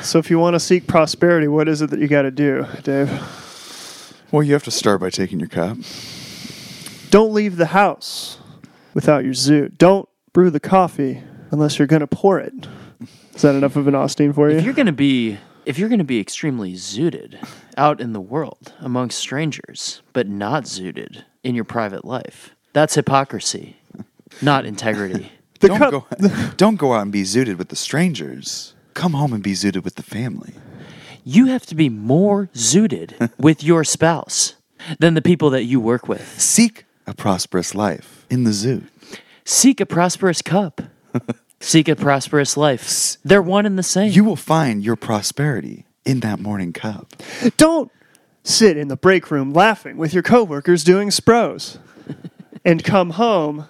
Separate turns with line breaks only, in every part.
So if you want to seek prosperity, what is it that you got to do, Dave?
Well, you have to start by taking your cup.
Don't leave the house without your zoo. Don't brew the coffee unless you're going to pour it. Is that enough of an Austin for
If
you?
you're gonna be if you're gonna be extremely zooted out in the world amongst strangers, but not zooted in your private life, that's hypocrisy, not integrity.
The
don't
cup-
go. don't go out and be zooted with the strangers. Come home and be zooted with the family.
you have to be more zooted with your spouse than the people that you work with.
Seek a prosperous life in the zoo.
Seek a prosperous cup. Seek a prosperous life. They're one and the same.
You will find your prosperity in that morning cup.
Don't sit in the break room laughing with your coworkers doing spros and come home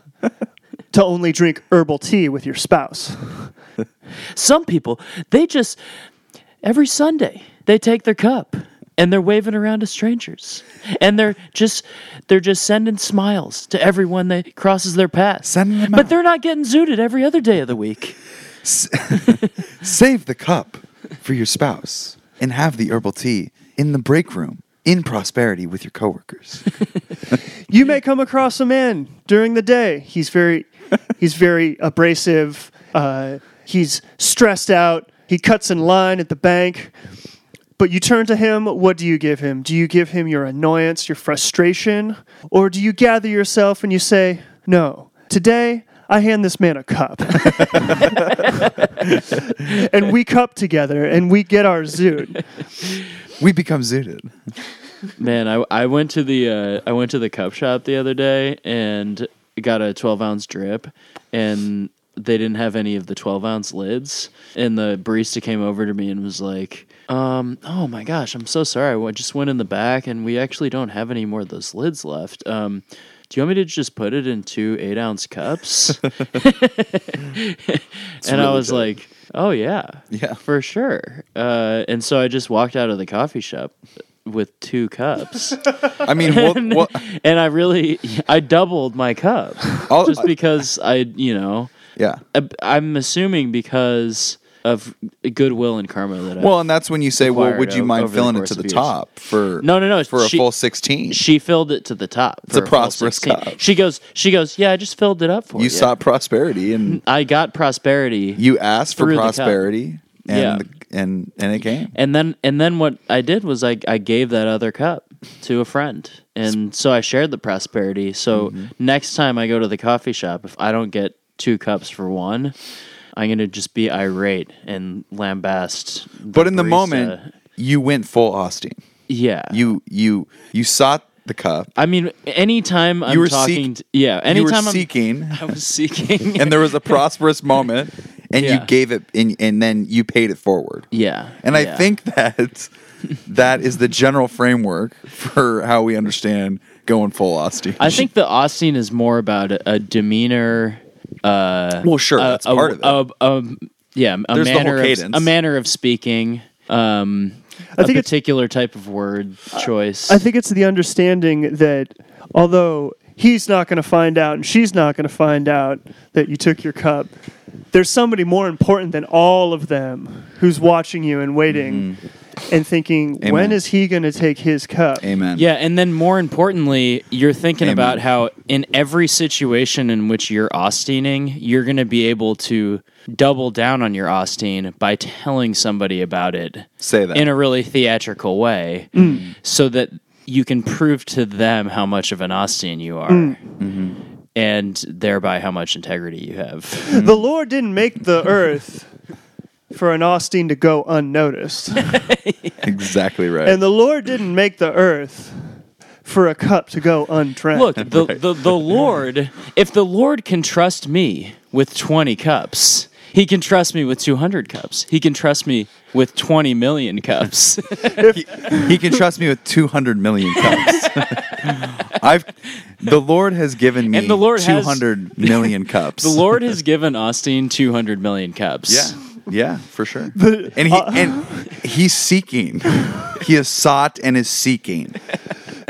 to only drink herbal tea with your spouse.
Some people, they just every Sunday they take their cup and they're waving around to strangers. And they're just they're just sending smiles to everyone that crosses their path.
Sending them
but
out.
they're not getting zooted every other day of the week.
Save the cup for your spouse and have the herbal tea in the break room in prosperity with your coworkers.
You may come across a man during the day. He's very, he's very abrasive. Uh, he's stressed out. He cuts in line at the bank. But you turn to him. What do you give him? Do you give him your annoyance, your frustration, or do you gather yourself and you say, "No, today I hand this man a cup, and we cup together, and we get our zoot."
we become zooted.
Man, I I went to the uh, I went to the cup shop the other day and got a twelve ounce drip, and they didn't have any of the twelve ounce lids. And the barista came over to me and was like, um, "Oh my gosh, I'm so sorry. I just went in the back and we actually don't have any more of those lids left. Um, do you want me to just put it in two eight ounce cups?" and I
really
was
good.
like, "Oh yeah,
Yeah.
for sure." Uh, and so I just walked out of the coffee shop with two cups,
I mean, we'll, we'll,
and I really I doubled my cup
I'll-
just because I you know
yeah.
I, I'm assuming because of goodwill and karma that I
Well, and that's when you say, well,
acquired
would you
o-
mind
over the
filling it
course
to the
of years.
top for
No, no, no,
for a
she-
full 16?
she filled it to the top. It's
a prosperous cup.
She goes she goes yeah I just filled it up for you.
you sought prosperity and
I got prosperity.
you asked for
Through the cup.
prosperity and,
Yeah.
the- and, and it came.
And then and then what I did was I I gave that other cup to a friend. And so I shared the prosperity. So
Mm-hmm.
next time I go to the coffee shop, if I don't get two cups for one, I'm going to just be irate and lambast.
But in the
barista.
moment, you went full Austin.
yeah.
You you you sought the cup.
I mean, anytime I'm
were seek-
talking, to- yeah,
you were
anytime I'm
seeking,
I was seeking.
and there was a prosperous moment, and
Yeah.
you gave it, and, and then you paid it forward.
yeah.
And I
yeah.
think that that is the general framework for how we understand going full Austin.
I think the Austin is more about a, a demeanor
well, sure, that's
a-
part of it.
a- um, yeah, a
There's the whole
manner of,
cadence.
a manner of speaking. Um,
I
a
think it's-
particular type of word choice.
I think it's the understanding that although he's not going to find out and she's not going to find out that you took your cup, there's somebody more important than all of them who's watching you and waiting and thinking, when
Mm-hmm. Amen.
is he going to take his cup?
Amen.
yeah, and then more importantly, you're thinking
Amen.
about how in every situation in which you're Austining, you're going to be able to double down on your Austin by telling somebody about it
Say that.
in a really theatrical way,
Mm.
so that you can prove to them how much of an Austin you are.
Mm.
Mm-hmm.
And thereby, how much integrity you have.
The Lord didn't make the earth for an Austin to go unnoticed,
exactly right.
and the Lord didn't make the earth for a cup to go undrank.
Look, the, the, the Lord, if the Lord can trust me with 20 cups, he can trust me with 200 cups. He can trust me with 20 million cups.
he can trust me with 200 million cups. I've the Lord has given me
And the Lord has-
200 million cups.
the Lord has given Austin 200 million cups.
Yeah. Yeah, for sure. and he and he's seeking. He has sought and is seeking.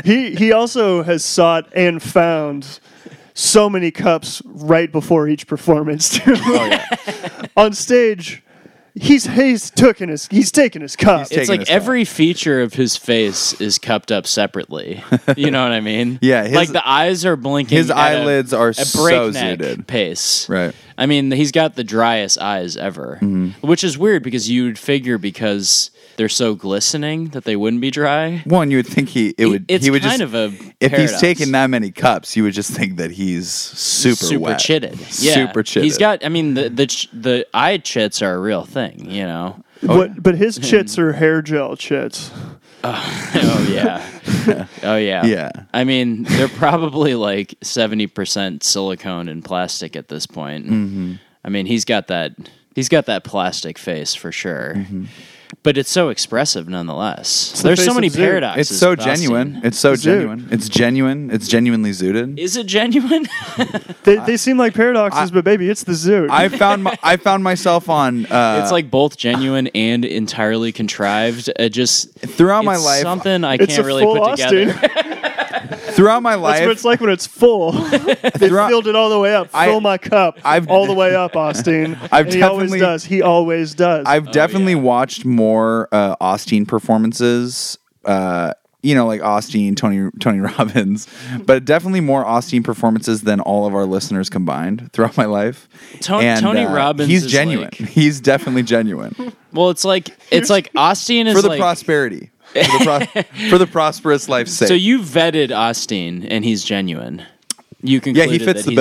he he also has sought and found so
Oh,
many cups right before each performance too. on stage he's he's taking his he's taking his cup.
He's taking-
it's like
his cup.
every feature of his face is cupped up separately. You know what I mean?
Yeah, his-
like the eyes are blinking.
his
at a-
eyelids are
a
so
breakneck
zooted.
pace.
Right. Mm-hmm.
I mean, he's got the driest eyes ever, which is weird because you'd figure because they're so glistening that they wouldn't be dry.
One, you would think he it would
it's
he would
kind
just
of a
if
paradox.
he's taking that many cups, you would just think that he's super
super
wet.
chitted. Yeah,
super chitted.
He's got. I mean, the the ch- the eye chits are a real thing. You know.
oh,
What- but
Hmm.
his chits are hair gel chits.
oh yeah. Oh yeah.
Yeah.
I mean, they're probably like seventy percent silicone and plastic at this point. I mean, he's got that. He's got that plastic face for sure. But it's so expressive nonetheless.
the
There's
face
so
of
many
Zoot.
paradoxes.
It's so
with Austin.
genuine. It's so genuine. It's genuine. It's genuinely zooted.
Is it genuine?
They, they seem like paradoxes, but baby, it's the zoo.
I found my, I found myself on uh,
it's like both genuine and entirely contrived. It just
throughout my
it's
life
something I
it's
can't
a
really
full
put
Austin.
together.
throughout my
That's what
life
it's like when it's full. they
Throughout-
filled it all the way up.
I-
Fill my cup
I've-
all the way up, Austin.
I've
And he always
definitely-
does. He always does.
I've definitely
Oh, yeah.
watched more uh, Austin performances. Uh, you know, like Austin, Tony, Tony Robbins, but definitely more Austin performances than all of our listeners combined throughout my life. uh,
Ton- Tony Robbins
he's
is
genuine.
like-
he's definitely genuine
Well, it's like it's like Austin is
for the
like
prosperity, for the, pros- for the prosperous life's sake.
So you vetted Austin, and he's genuine. You
yeah,
concluded
he fits
that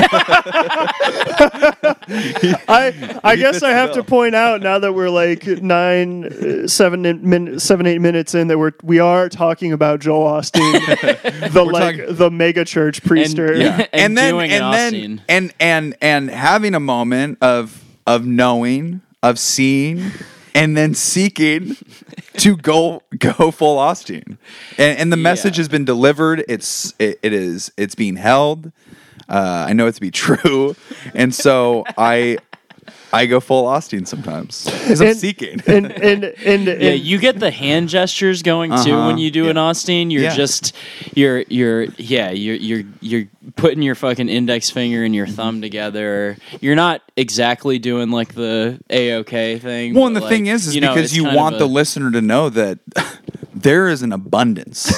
the bill.
he's genuine.
I I guess
fits
I
the
have
bill.
to point out now that we're like nine, uh, seven, in- min, seven, eight minutes in that we're we are talking about Joel Austin, the like
talking-
the mega church priester.
And- yeah.
and, then
doing an
and then
Austin.
and and and having a moment of of knowing of seeing and then seeking to go go full Austin and, and the message
Yeah.
has been delivered it's it, it is it's being held uh, I know it to be true and so I I go full Austin sometimes 'Cause I'm
And-
seeking
and and and, and
Yeah, you get the hand gestures going too
Uh-huh,
when you do an
yeah.
Austin. You're
Yeah.
just you're you're yeah, you're you're you're putting your fucking index finger and your thumb together. You're not exactly doing like the AOK thing.
Well, and the
but,
thing
like,
is, is
know,
because
it's
you
kind of
want
a-
the listener to know that there is an abundance,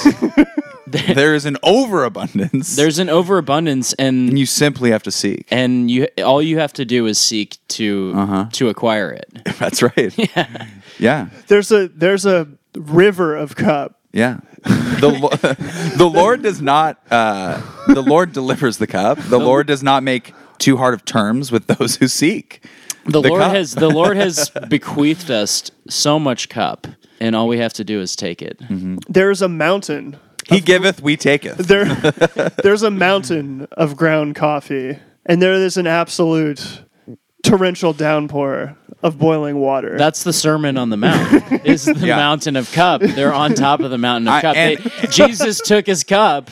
there is an overabundance.
there's an overabundance and
and you simply have to seek.
and you all you have to do is seek to
Uh-huh.
to acquire it.
That's right. Yeah, yeah,
there's a there's a river of cup.
yeah. The Lo- the Lord does not. Uh, the Lord delivers the cup. The Lord does not make too hard of terms with those who seek.
The,
The
Lord
cup.
has the Lord has bequeathed us so much cup, and all we have to do is take it.
Mm-hmm.
There's a mountain.
He giveth, we taketh.
There there's a mountain of ground coffee, and there is an absolute torrential downpour of boiling water.
That's the Sermon on the Mount. Is the
Yeah.
mountain of cup? They're on top of the mountain of
I-
cup.
and-
They- Jesus took his cup,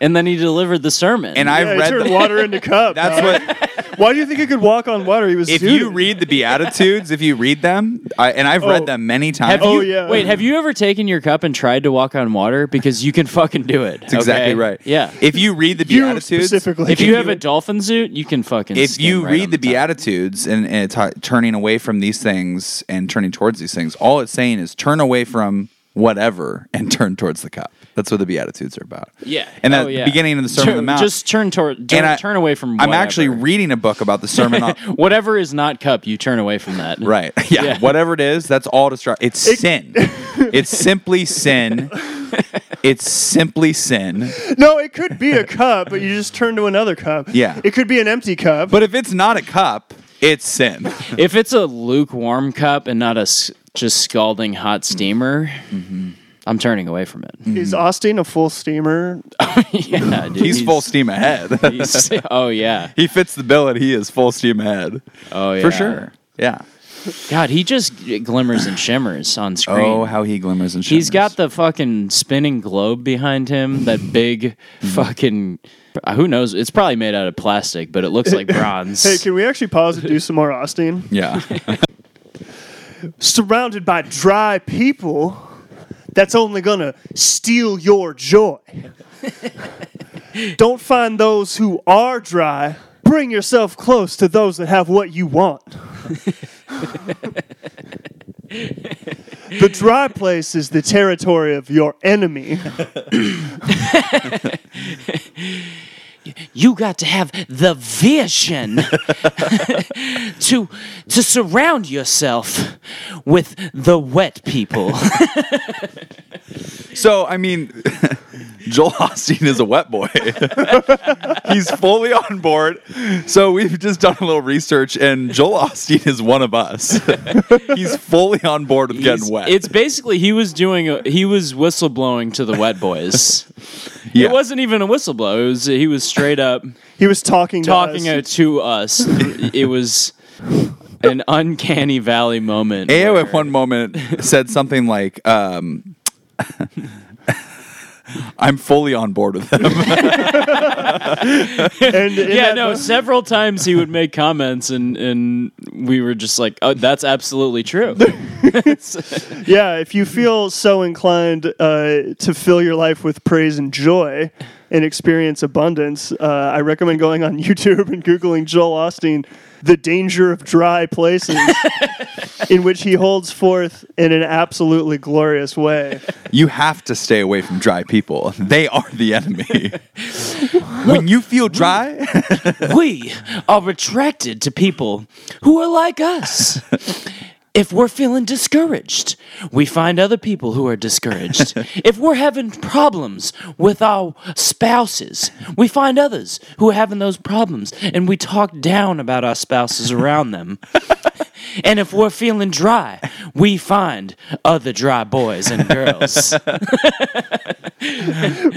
and then he delivered the sermon.
And I've
yeah, he
read.
turned
the-
water into cup.
that's
dog.
what.
Why do you think he could walk on water? He was
If
suited.
you read the Beatitudes, if you read them, I, and I've read
Oh.
them many times.
have you,
Oh, yeah.
Wait, have you ever taken your cup and tried to walk on water? Because you can fucking do it.
That's exactly right.
Yeah.
If you read the
You
Beatitudes,
specifically.
If you have a dolphin suit, you can fucking.
if
skim
you
right on
read the
top.
Beatitudes and, and it's uh, turning away from these things and turning towards these things, all it's saying is turn away from whatever and turn towards the cup. That's what the Beatitudes are about.
yeah,
And at
Oh,
the
yeah.
beginning of the Sermon on the
Turn-
Mount.
just turn toward, turn,
and I-
turn away from.
I'm
whatever.
actually reading a book about the Sermon on.
whatever is not cup, you turn away from that.
Right. Yeah.
Yeah.
Whatever it is, that's all destruction. It's sin. it's simply sin. It's simply sin.
no, it could be a cup, but you just turn to another cup.
Yeah.
It could be an empty cup.
But if it's not a cup, it's sin.
If it's a lukewarm cup and not a s- just scalding hot steamer,
Mm-hmm.
I'm turning away from it.
is Austin a full steamer?
yeah, dude,
He's full steam ahead.
he's- oh yeah.
he fits the bill and he is full steam ahead.
Oh yeah.
For sure. Yeah.
God, he just glimmers and shimmers on screen.
Oh, how he glimmers and shimmers.
He's got the fucking spinning globe behind him. That big
Mm-hmm.
fucking. Who knows? It's probably made out of plastic, but it looks like bronze.
Hey, can we actually pause and do some more Austin?
yeah.
Surrounded by dry people, that's only gonna steal your joy. Don't find those who are dry. Bring yourself close to those that have what you want. The dry place is the territory of your enemy.
you got to have the vision to to surround yourself with the wet people.
So I mean, Joel Osteen is a wet boy. He's fully on board. So we've just done a little research, and Joel Osteen is one of us. He's fully on board with getting
He's-
wet.
It's basically he was doing a, he was whistleblowing to the wet boys.
Yeah.
It wasn't even a whistleblow. It was he was straight up
He was talking to
talking
us.
to, us. it was an uncanny valley moment.
AO
where-
at one moment said something like, um, "I'm fully on board with him."
and in
yeah,
that
no.
moment-
Several times he would make comments, and and we were just like, "Oh, that's absolutely true."
Yeah, if you feel so inclined uh, to fill your life with praise and joy and experience abundance, uh, I recommend going on YouTube and Googling Joel Austin, The Danger of Dry Places, in which he holds forth in an absolutely glorious way.
You have to stay away from dry people. They are the enemy. when you feel dry,
we are attracted to people who are like us. If we're feeling discouraged, we find other people who are discouraged. if we're having problems with our spouses, we find others who are having those problems and we talk down about our spouses around them. and if we're feeling dry, we find other dry boys and girls.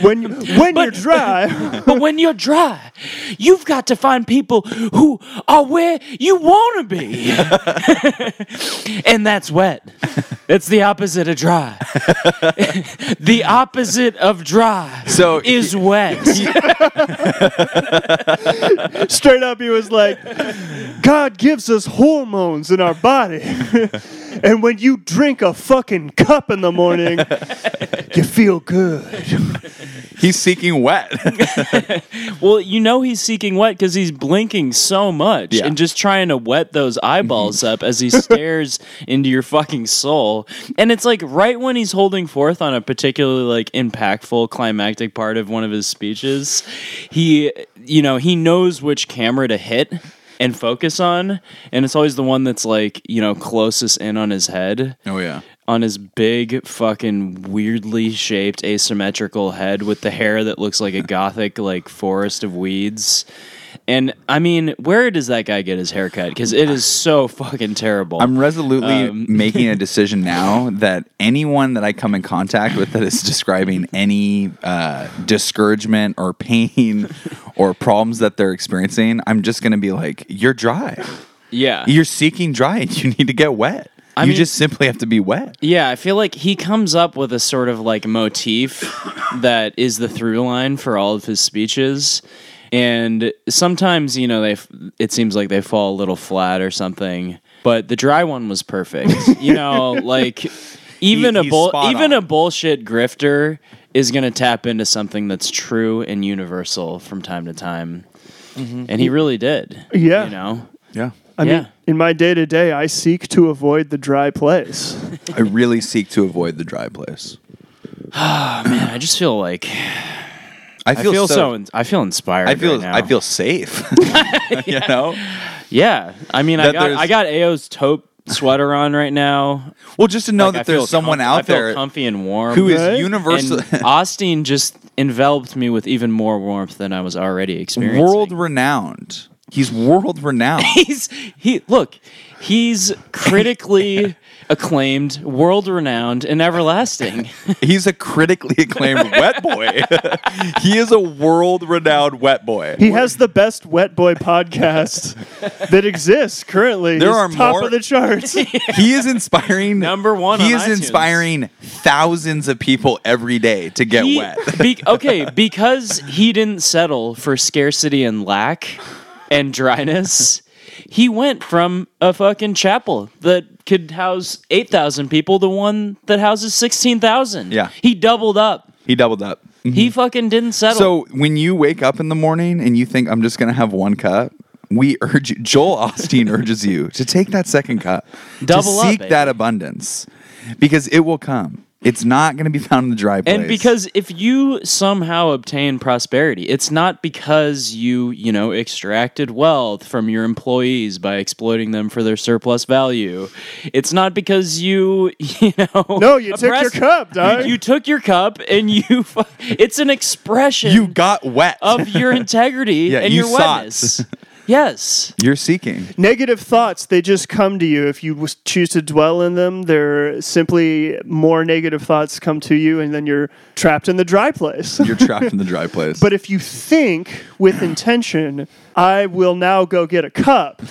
When, you, when you're dry,
But when you're dry, you've got to find people who are where you want to be. and that's wet. It's the opposite of dry. the opposite of dry
So-
is wet.
straight up he was like, God gives us hormones in our body. and when you drink a fucking cup in the morning, you feel good.
he's seeking wet.
well, you know he's seeking wet because he's blinking so much
Yeah. Mm-hmm.
and just trying to wet those eyeballs up as he stares into your fucking soul. And it's like right when he's holding forth on a particularly like impactful climactic part of one of his speeches, he you know, he knows which camera to hit and focus on, and it's always the one that's like, you know, closest in on his head
Oh yeah.
on his big fucking weirdly shaped asymmetrical head with the hair that looks like a gothic like forest of weeds. And I mean, where does that guy get his haircut? Because it is so fucking terrible.
I'm resolutely making a decision now that anyone that I come in contact with that is describing any uh, discouragement or pain or problems that they're experiencing, I'm just going to be like, "You're dry.
yeah,
You're seeking dry, and you need to get wet. you
mean-
just simply have to be wet."
yeah. I feel like he comes up with a sort of like motif that is the through line for all of his speeches. And sometimes, you know, they f- it seems like they fall a little flat or something. But the dry one was perfect. you know, like even
He-
a
he's
bull,
spot
even
on.
a bullshit grifter is going to tap into something that's true and universal from time to time. And he really did.
Yeah.
You know?
Mm-hmm. Yeah.
I
yeah.
mean, in my day to day, I seek to avoid the dry place.
I really seek to avoid the dry place.
Man, I just feel like
I
I
feel,
feel, so,
so.
in- I feel inspired.
I feel.
right now.
I feel safe. You know.
Yeah, I mean, I
That
got
there's-
I got Ao's taupe sweater on right now.
Well, just to know
Like, I
Oh, that
feel
there's someone
comf- I
out
feel
there
comfy and warm.
who is
Right?
universal.
and Austin just enveloped me with even more warmth than I was already experiencing.
world renowned. He's world renowned.
he's he look, he's critically acclaimed, world renowned, and everlasting.
He's a critically acclaimed wet boy. he is a world renowned wet boy.
He has the best wet boy podcast that exists currently.
There
He's
are
top
more-
of the charts.
He is inspiring
Number one
He
on
is
iTunes.
inspiring thousands of people every day to get
He-
wet.
be- okay, because he didn't settle for scarcity and lack and dryness, he went from a fucking chapel that could house 8,000 people to one that houses 16,000.
Yeah. Mm-hmm.
He doubled up.
He doubled up.
He fucking didn't settle.
So when you wake up in the morning and you think I'm just gonna have one cup, we urge you, Joel Austin urges you to take that second cup,
Double
to
up,
seek
baby.
that abundance, because it will come. It's not going to be found in the dry place.
And because if you somehow obtain prosperity, it's not because you, you know, extracted wealth from your employees by exploiting them for their surplus value. It's not because you, you know,
No, you took your
oppressed-
cup, dog.
You, you took your cup and you fu- it's an expression
you got wet,
of your integrity
Yeah,
and
you
your
sought.
wetness. yes.
you're seeking.
Negative thoughts, they just come to you. If you w- choose to dwell in them, they're simply more negative thoughts come to you, and then you're trapped in the dry place.
You're trapped in the dry place.
But if you think with intention, I will now go get a cup,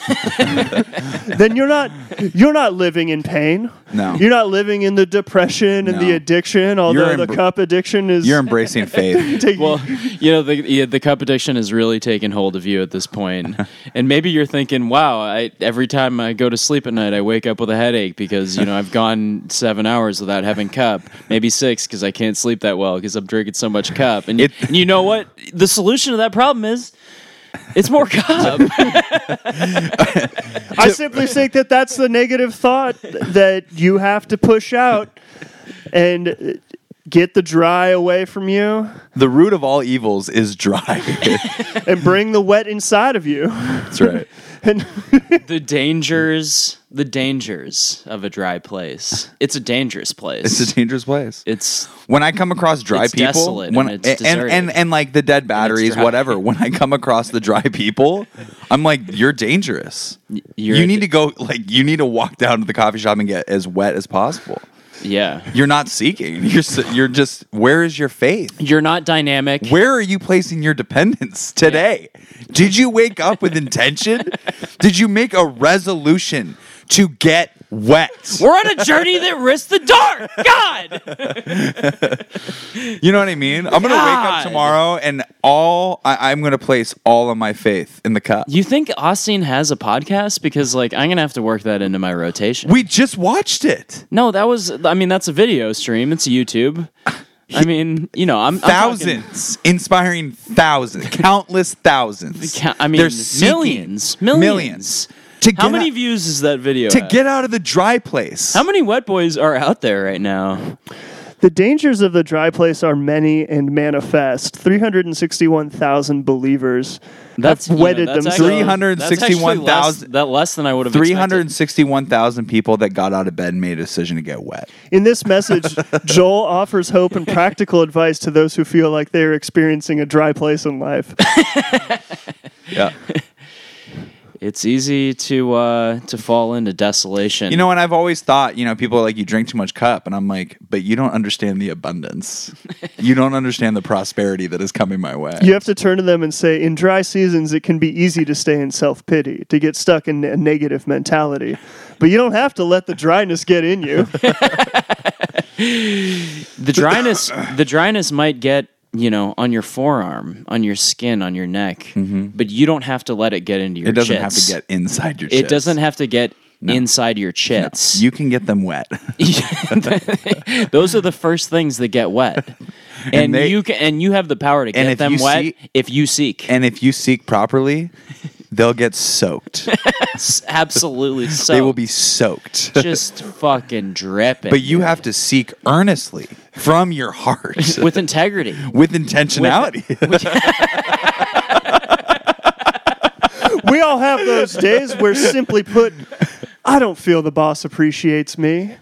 then you're not you're not living in pain.
No.
You're not living in the depression and
No.
the addiction, although
You're
the
embr-
cup addiction is
you're embracing faith.
taking
Well, you know, the yeah, the cup addiction has really taken hold of you at this point. and maybe you're thinking, "Wow, I every time I go to sleep at night, I wake up with a headache because, you know, I've gone 7 hours without having cup, maybe 6 cuz I can't sleep that well cuz I'm drinking so much cup." And,
It-
you, and you know what? The solution to that problem is it's more cup.
I simply think that that's the negative thought that you have to push out and uh, get the dry away from you
the root of all evils is dry.
and bring the wet inside of you.
That's right.
And
the dangers, the dangers of a dry place. It's a dangerous place.
It's a dangerous place.
it's
when I come across dry
It's
people,
desolate
when,
and it's
and, and,
deserted.
and like the dead batteries,
dry.
whatever. When I come across the dry people, I'm like, you're dangerous.
you're
you need to go like you need to walk down to the coffee shop and get as wet as possible.
yeah.
You're not seeking. You're s- you're just where is your faith?
You're not dynamic.
Where are you placing your dependence today? Did you wake up with intention? Did you make a resolution to get wet?
We're on a journey that risks the dark. God.
You know what I mean? I'm gonna wake
God.
up tomorrow and all I, I'm gonna place all of my faith in the cup.
You think Austin has a podcast? Because like I'm gonna have to work that into my rotation.
We just watched it.
no, that was. I mean, that's a video stream. It's YouTube. I mean, you know, I'm I'm talking-
Thousands, inspiring thousands, countless thousands.
Ca- I mean,
They're seeking
millions, millions.
To
How
get
many
out,
views is that video?
to
at?
get out of the dry place?
How many wet boys are out there right now?
the dangers of the dry place are many and manifest. 361,000 believers
That's
have
you know,
wedded
that's
themselves.
actually-
361,000
that's actually less- That less than I would have. expected.
361,000 people that got out of bed and made a decision to get wet.
In this message, Joel offers hope and practical advice to those who feel like they're experiencing a dry place in life.
Yeah.
It's easy to uh, to fall into desolation.
you know, and I've always thought, you know, people are like, you drink too much cup. And I'm like, but you don't understand the abundance. you don't understand the prosperity that is coming my way.
You have to turn to them and say, in dry seasons, it can be easy to stay in self pity, to get stuck in a negative mentality. But you don't have to let the dryness get in you.
the dryness the dryness might get you know on your forearm on your skin on your neck but you don't have to let it get into your
Mm-hmm. It doesn't have
chits.
to get inside your
it
chest.
doesn't have to get inside your chits
You can get them wet.
those are the first things that get wet and,
they-
you can and you have the power to
if
get them
you
wet
see-
if you seek
and if you seek properly, they'll get soaked.
It's absolutely so
They will be soaked.
just fucking dripping
But you have to seek earnestly from your heart with,
with integrity
intentionality.
we all have those days where, simply put, I don't feel the boss appreciates me.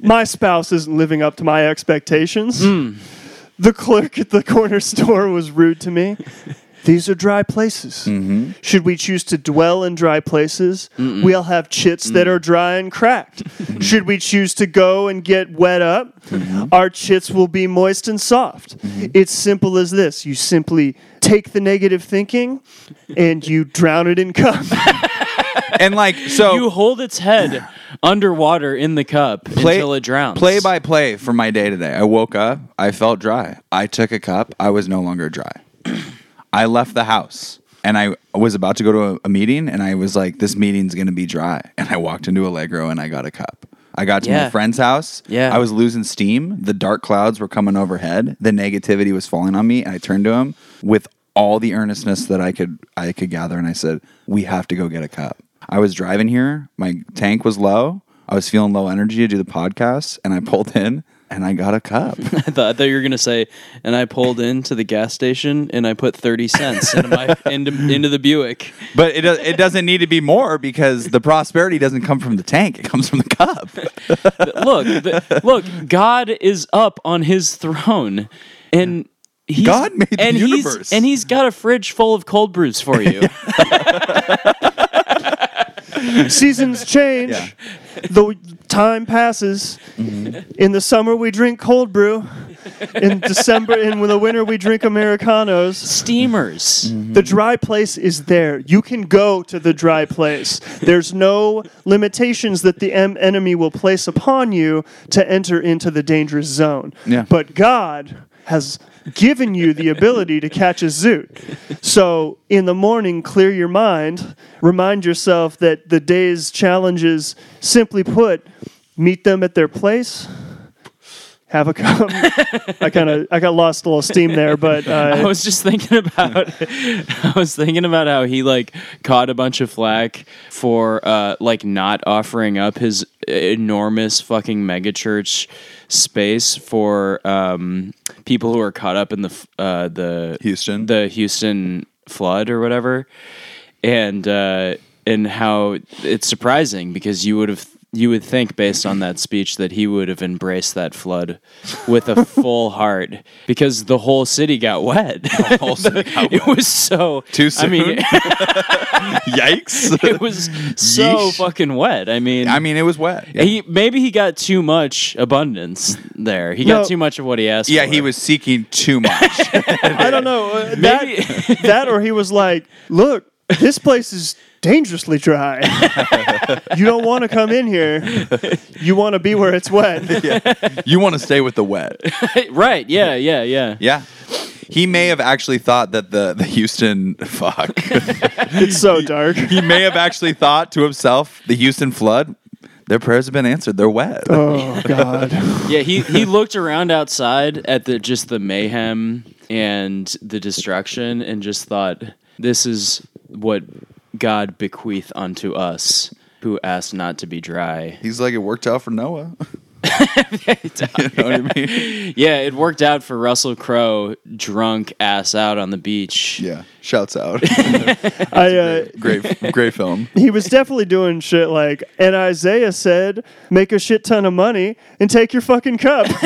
my spouse isn't living up to my expectations. The clerk at the corner store was rude to me. These are dry places. Should we choose to dwell in dry places, we'll have chits that are dry and cracked. Should we choose to go and get wet up, our chits will be moist and soft. It's simple as this you simply take the negative thinking and you drown it in cup.
and like so
you hold its head underwater in the cup until it drowns
Play by play for my day today. I woke up, I felt dry. I took a cup, I was no longer dry. I left the house and I was about to go to a, a meeting and I was like, this meeting's gonna be dry. And I walked into Allegro and I got a cup. I got to my
Yeah.
friend's house.
Yeah.
I was losing steam. The dark clouds were coming overhead. The negativity was falling on me. And I turned to him with all the earnestness that I could I could gather, and I said, "We have to go get a cup." I was driving here. My tank was low. I was feeling low energy to do the podcast, and I pulled in and I got a cup.
I thought, I thought you were gonna say, and I pulled into the gas station and I put thirty cents into my into, into the Buick.
but it do- it doesn't need to be more because the prosperity doesn't come from the tank; it comes from the cup.
Look, the, look, God is up on His throne, and. He's,
God made the
and
universe.
He's, and he's got a fridge full of cold brews for you.
Seasons change.
Yeah.
The time passes. In the summer, we drink cold brew. In December, in the winter, we drink Americanos.
Mm.
Steamers.
The dry place is there. You can go to the dry place. There's no limitations that the em- enemy will place upon you to enter into the dangerous zone.
Yeah.
But God has given you the ability to catch a zoot. So in the morning, clear your mind. Remind yourself that the day's challenges, simply put, meet them at their place. Have a cup. I kind of I got lost a little steam there, but uh,
I was just thinking about I was thinking about how he like caught a bunch of flack for uh like not offering up his enormous fucking megachurch space for um people who are caught up in the f- uh the
Houston.
the Houston flood or whatever. And uh and how it's surprising because you would have you would think based on that speech that he would have embraced that flood with a full heart because the whole city got wet. it was so
Oh, Too
I mean
Yikes!
it was so
Yeesh.
fucking wet. I mean
I mean, it was wet. Yeah.
he maybe he got too much abundance there. He
No.
got too much of what he asked
Yeah,
for.
he was seeking too much.
I don't know. Uh, That, that or he was like, look, this place is dangerously dry. you don't want to come in here. You want to be where it's wet.
you want to stay with the wet.
right. Yeah, yeah, yeah.
Yeah. He may have actually thought that the, the Houston fuck.
It's so dark.
he may have actually thought to himself, the Houston flood, their prayers have been answered. They're wet.
Oh, God.
Yeah, he, he looked around outside at the just the mayhem and the destruction and just thought, this is what God bequeath unto us who asked not to be dry.
He's like, it worked out for Noah. you know what I mean?
Yeah, it worked out for Russell Crowe, drunk ass out on the beach.
Yeah. Shouts out.
I, uh,
great, great film.
he was definitely doing shit like, and Isaiah said, make a shit ton of money and take your fucking cup.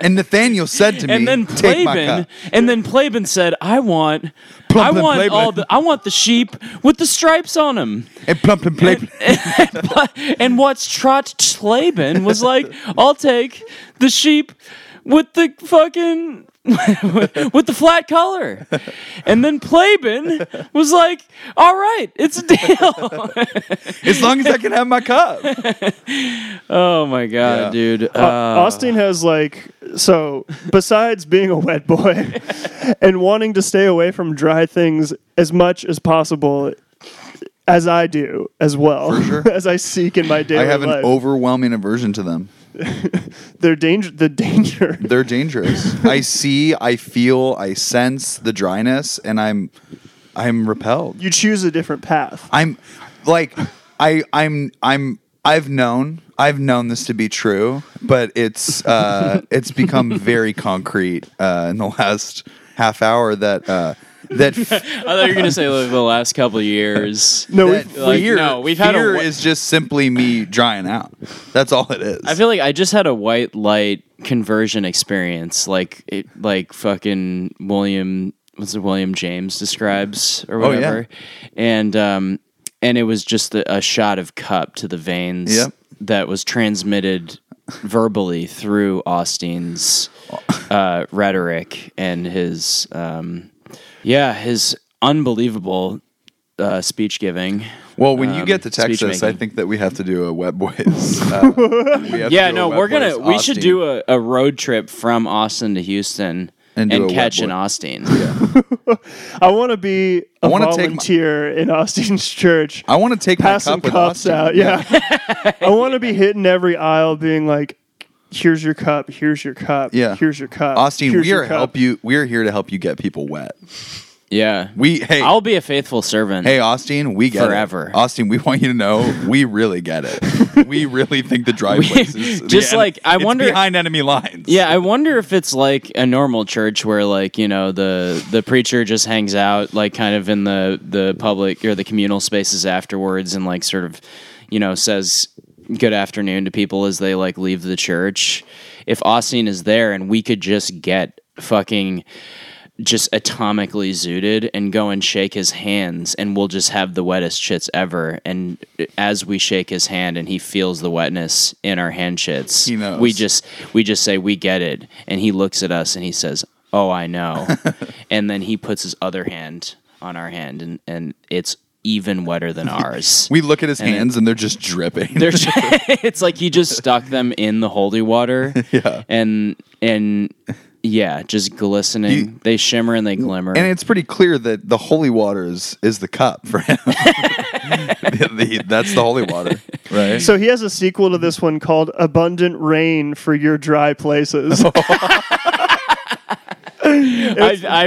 And Nathaniel said to me,
And then
take my
Plaben,
cup.
and then Plaben said, "I want, I
Plump and
want
Plaben.
all the, I want the sheep with the stripes on them."
And plump and play.
and what's Trot Tlaben was like, I'll take the sheep with the fucking with the flat collar. And then Plaben was like, all right, it's a deal.
as long as I can have my cup.
oh my god, dude.
Uh,
Uh,
Austin has like so besides being a wet boy and wanting to stay away from dry things as much as possible as I do as well as I seek in my daily
I have an
life.
overwhelming aversion to them.
They're danger the danger.
They're dangerous. I see, I feel, I sense the dryness, and I'm I'm repelled.
You choose a different path.
I'm like I I'm I'm I've known I've known this to be true, but it's uh it's become very concrete uh in the last half hour that uh that
I
f-
thought you were gonna say like, the last couple of years.
No,
that
we've-
Like,
fear,
no, we've
fear
had a wa-
is just simply me drying out. That's all it is.
I feel like I just had a white light conversion experience, like it, like fucking William, what's it, William James describes or
Oh, yeah.
whatever, and um, and it was just a, a shot of cup to the veins
Yep.
that was transmitted verbally through Austin's uh, rhetoric and his, um, yeah, his unbelievable uh, speech giving.
well, when you
um,
get to Texas, I
speech-making.
think that we have to do a wet boys. Uh, we have to
Yeah,
do a
no,
Wet
we're gonna.
Boys
We should
Austin.
do a, a road trip from Austin to Houston
And
and,
do a wet
catch an
boy.
Austin.
I want to be a
wanna take my-
volunteer in Austin's church.
I want to take
Passing
my cup with
cops
Austin.
out, yeah. I want to be hitting every aisle, being like, here's your cup, here's your cup,
Yeah.
here's your cup.
Austin,
here's
we
your
are
cup.
help you. We are here to help you get people wet.
Yeah.
We hey
I'll be a faithful servant.
hey Austin, we get
Forever.
it. Austin, we want you to know we really get it. we really think the dry place is
just
the en-
like, I
it's
wonder-
behind enemy lines.
Yeah, I wonder if it's like a normal church where like, you know, the the preacher just hangs out like kind of in the the public or the communal spaces afterwards and like sort of, you know, says good afternoon to people as they like leave the church. If Austin is there and we could just get fucking just atomically zooted and go and shake his hands and we'll just have the wettest shits ever and as we shake his hand and he feels the wetness in our hand shits
He knows.
we just we just say we get it and he looks at us and he says oh i know and then he puts his other hand on our hand and and it's even wetter than ours
We look at his hands and they're just dripping.
they're ju- it's like he just stuck them in the holy water. Yeah. And and yeah, just glistening. they shimmer and they glimmer.
and it's pretty clear that the holy water is, is the cup for him. The- the- that's the holy water, right?
So he has a sequel to this one called Abundant Rain for Your Dry Places.
Oh. I I,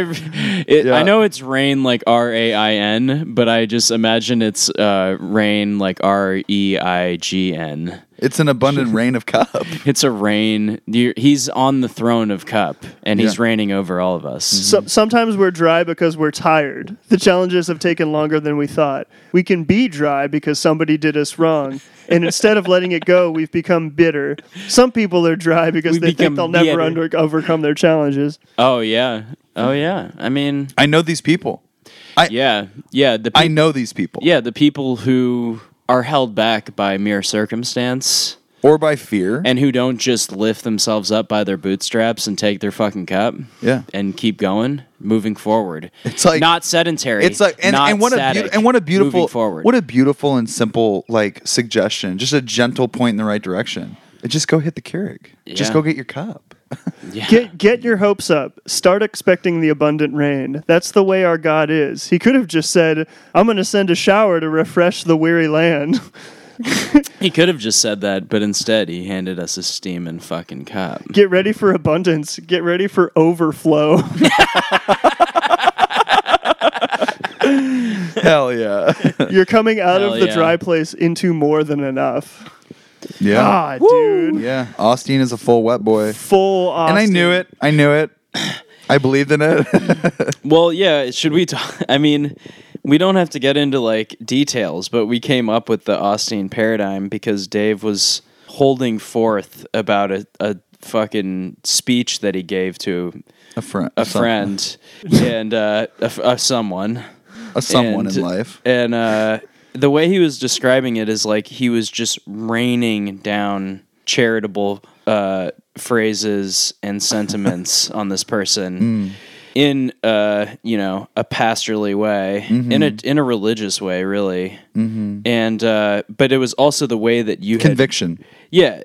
it,
Yeah.
I know it's rain like R A I N, but I just imagine it's uh, rain like R E I G N.
it's an abundant rain of cup.
It's a rain. you he's on the throne of cup, and he's
Yeah. Mm-hmm.
reigning over all of us.
So, sometimes we're dry because we're tired. The challenges have taken longer than we thought. We can be dry because somebody did us wrong. And instead of letting it go, we've become bitter. Some people are dry because
We
they think
become
they'll never
bitter.
under- overcome their challenges.
Oh yeah, oh yeah. I mean,
I know these people.
yeah, yeah. The
I know these people.
Yeah, the people who are held back by mere circumstance
Or by fear.
and who don't just lift themselves up by their bootstraps and take their fucking cup.
Yeah.
And keep going, moving forward.
It's like-
not sedentary.
It's like and,
not
and what a
static,
beautiful and what a beautiful
moving forward.
what a beautiful and simple like suggestion. Just a gentle point in the right direction. Just go hit the Keurig. Just
Yeah.
go get your cup.
Get, get your hopes up. Start expecting the abundant rain. That's the way our God is. He could have just said, I'm going to send a shower to refresh the weary land.
he could have just said that, but instead he handed us a steaming fucking cup.
Get ready for abundance. Get ready for overflow.
Hell yeah.
You're coming out
Hell
of the
yeah.
dry place into more than enough.
yeah.
Ah, dude.
Yeah. Austin is a full wet boy.
Full Austin.
And I knew it. I knew it. I believed in it.
Well, yeah, should we talk I mean, we don't have to get into like details, but we came up with the Austin paradigm because Dave was holding forth about a, a fucking speech that he gave to
a friend.
a friend and uh, a, f- a someone.
A someone
And-
in life.
And uh, the way he was describing it is like he was just raining down charitable uh, phrases and sentiments on this
Hmm.
person. In uh, you know a pastorally way,
Mm-hmm.
in a in a religious way, really, and uh, but it was also the way that you had-
Conviction.
yeah,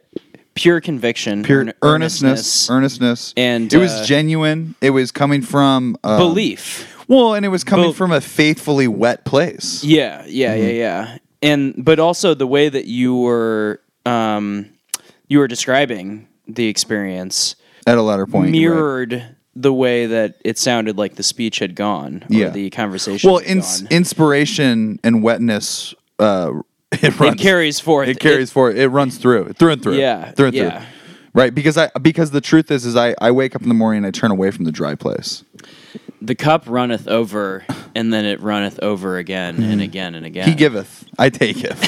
pure conviction,
Pure
earn-
earnestness. Earnestness.
And,
it was
uh,
genuine. It was coming from um,
belief.
Well, and it was coming
Bel-
from a faithfully wet place.
Yeah, yeah,
Mm-hmm.
yeah, yeah. And but also the way that you were um you were describing the experience
At a later point. you're right.
mirrored the way that it sounded like the speech had gone or
Yeah.
the conversation
well
had
ins-
gone.
inspiration and wetness uh it, runs,
it carries forth.
it carries forward it runs through through and through
Yeah,
through and
yeah.
through right because i because the truth is is i i wake up in the morning and i turn away from the dry place
the cup runneth over and then it runneth over again and again and again.
Mm-hmm. he giveth i taketh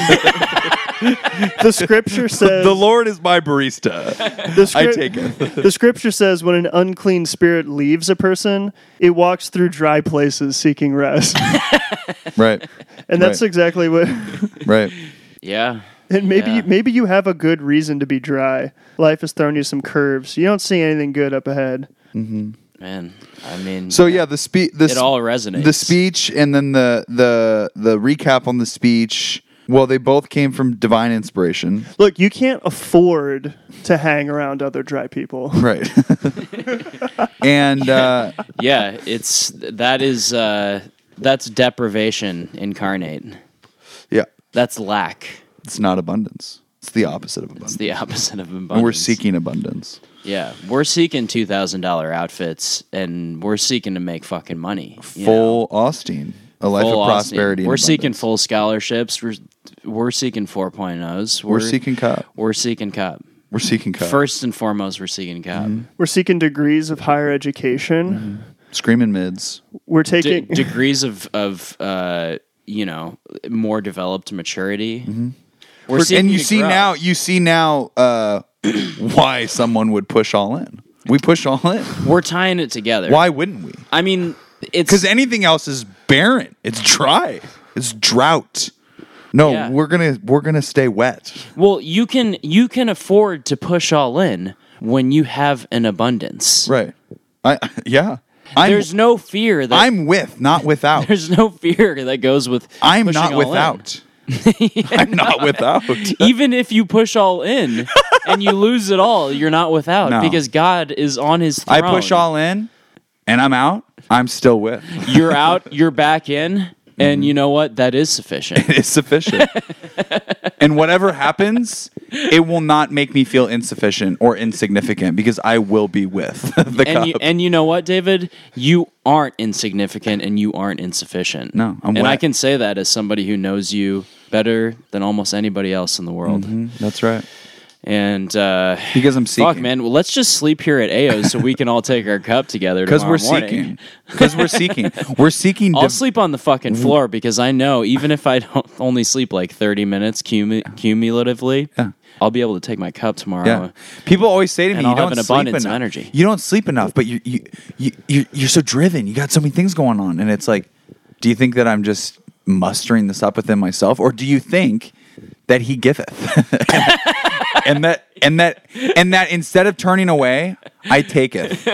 The scripture says
the lord is my barista
the,
i
scrip-
taketh
the scripture says when an unclean spirit leaves a person, it walks through dry places seeking rest.
right
And that's
Right.
exactly what
right
yeah.
and maybe
Yeah.
maybe you have a good reason to be dry. Life has thrown you some curves. You don't see anything good up ahead.
Man, I mean
so yeah the speech this
it all resonates.
the speech and then the the the recap on the speech well they both came from divine inspiration
Look, you can't afford to hang around other dry people.
right and uh
Yeah, it's that is uh that's deprivation incarnate.
yeah
That's lack.
it's not abundance It's the opposite of abundance.
It's the opposite of abundance.
and we're seeking abundance.
Yeah, we're seeking two thousand dollar outfits, and we're seeking to make fucking money. you know?
Full Austin, a life
Full
of
Austin.
prosperity. and
We're seeking
abundance.
full scholarships. We're we're seeking 4.0s.
We're seeking cup.
We're seeking cup.
We're seeking cup. Mm-hmm.
First and foremost, we're seeking cup.
We're seeking degrees of higher education.
screaming mids.
We're
De-
taking
degrees of of uh, you know more developed maturity. We're
Mm-hmm. and
seeking
you
to
see
grow.
now you see now uh, why someone would push all in we push all in
we're tying it together.
why wouldn't we
I mean, it's
because anything else is barren it's dry it's drought no
Yeah.
we're gonna we're gonna stay wet
Well, you can you can afford to push all in when you have an abundance.
right i yeah i'm
There's no fear that
i'm with not without
there's no fear that goes with
i'm
pushing
not
all in.
without i'm not without
Even if you push all in and you lose it all, you're not without
No.
because God is on his throne.
i push all in and i'm out i'm still with
You're out, you're back in,
Mm-hmm.
and you know what? That is sufficient.
is sufficient. and whatever happens, it will not make me feel insufficient or insignificant because I will be with the cup.
And you, and you know what, David? You aren't insignificant and you aren't insufficient.
No, I'm
and I
wet.
can say that as somebody who knows you better than almost anybody else in the world.
That's right.
And uh,
Because I'm seeking.
fuck, man, well, let's just sleep here at AO's so we can all take our cup together.
Because
Because
we're seeking. Because we're seeking. We're seeking.
I'll
div-
sleep on the
Mm-hmm.
fucking floor because I know even if I don't only sleep like 30 minutes cumu- cumulatively,
Yeah.
I'll be able to take my cup tomorrow.
yeah. People always say to me,
Oh. And
"You
I'll have
don't
an
sleep
abundance of
enough.
energy."
You don't sleep enough, but you you you you're, you're so driven. You got so many things going on, and it's like, do you think that I'm just mustering this up within myself, or do you think that He giveth, and that and that and that instead of turning away, I taketh.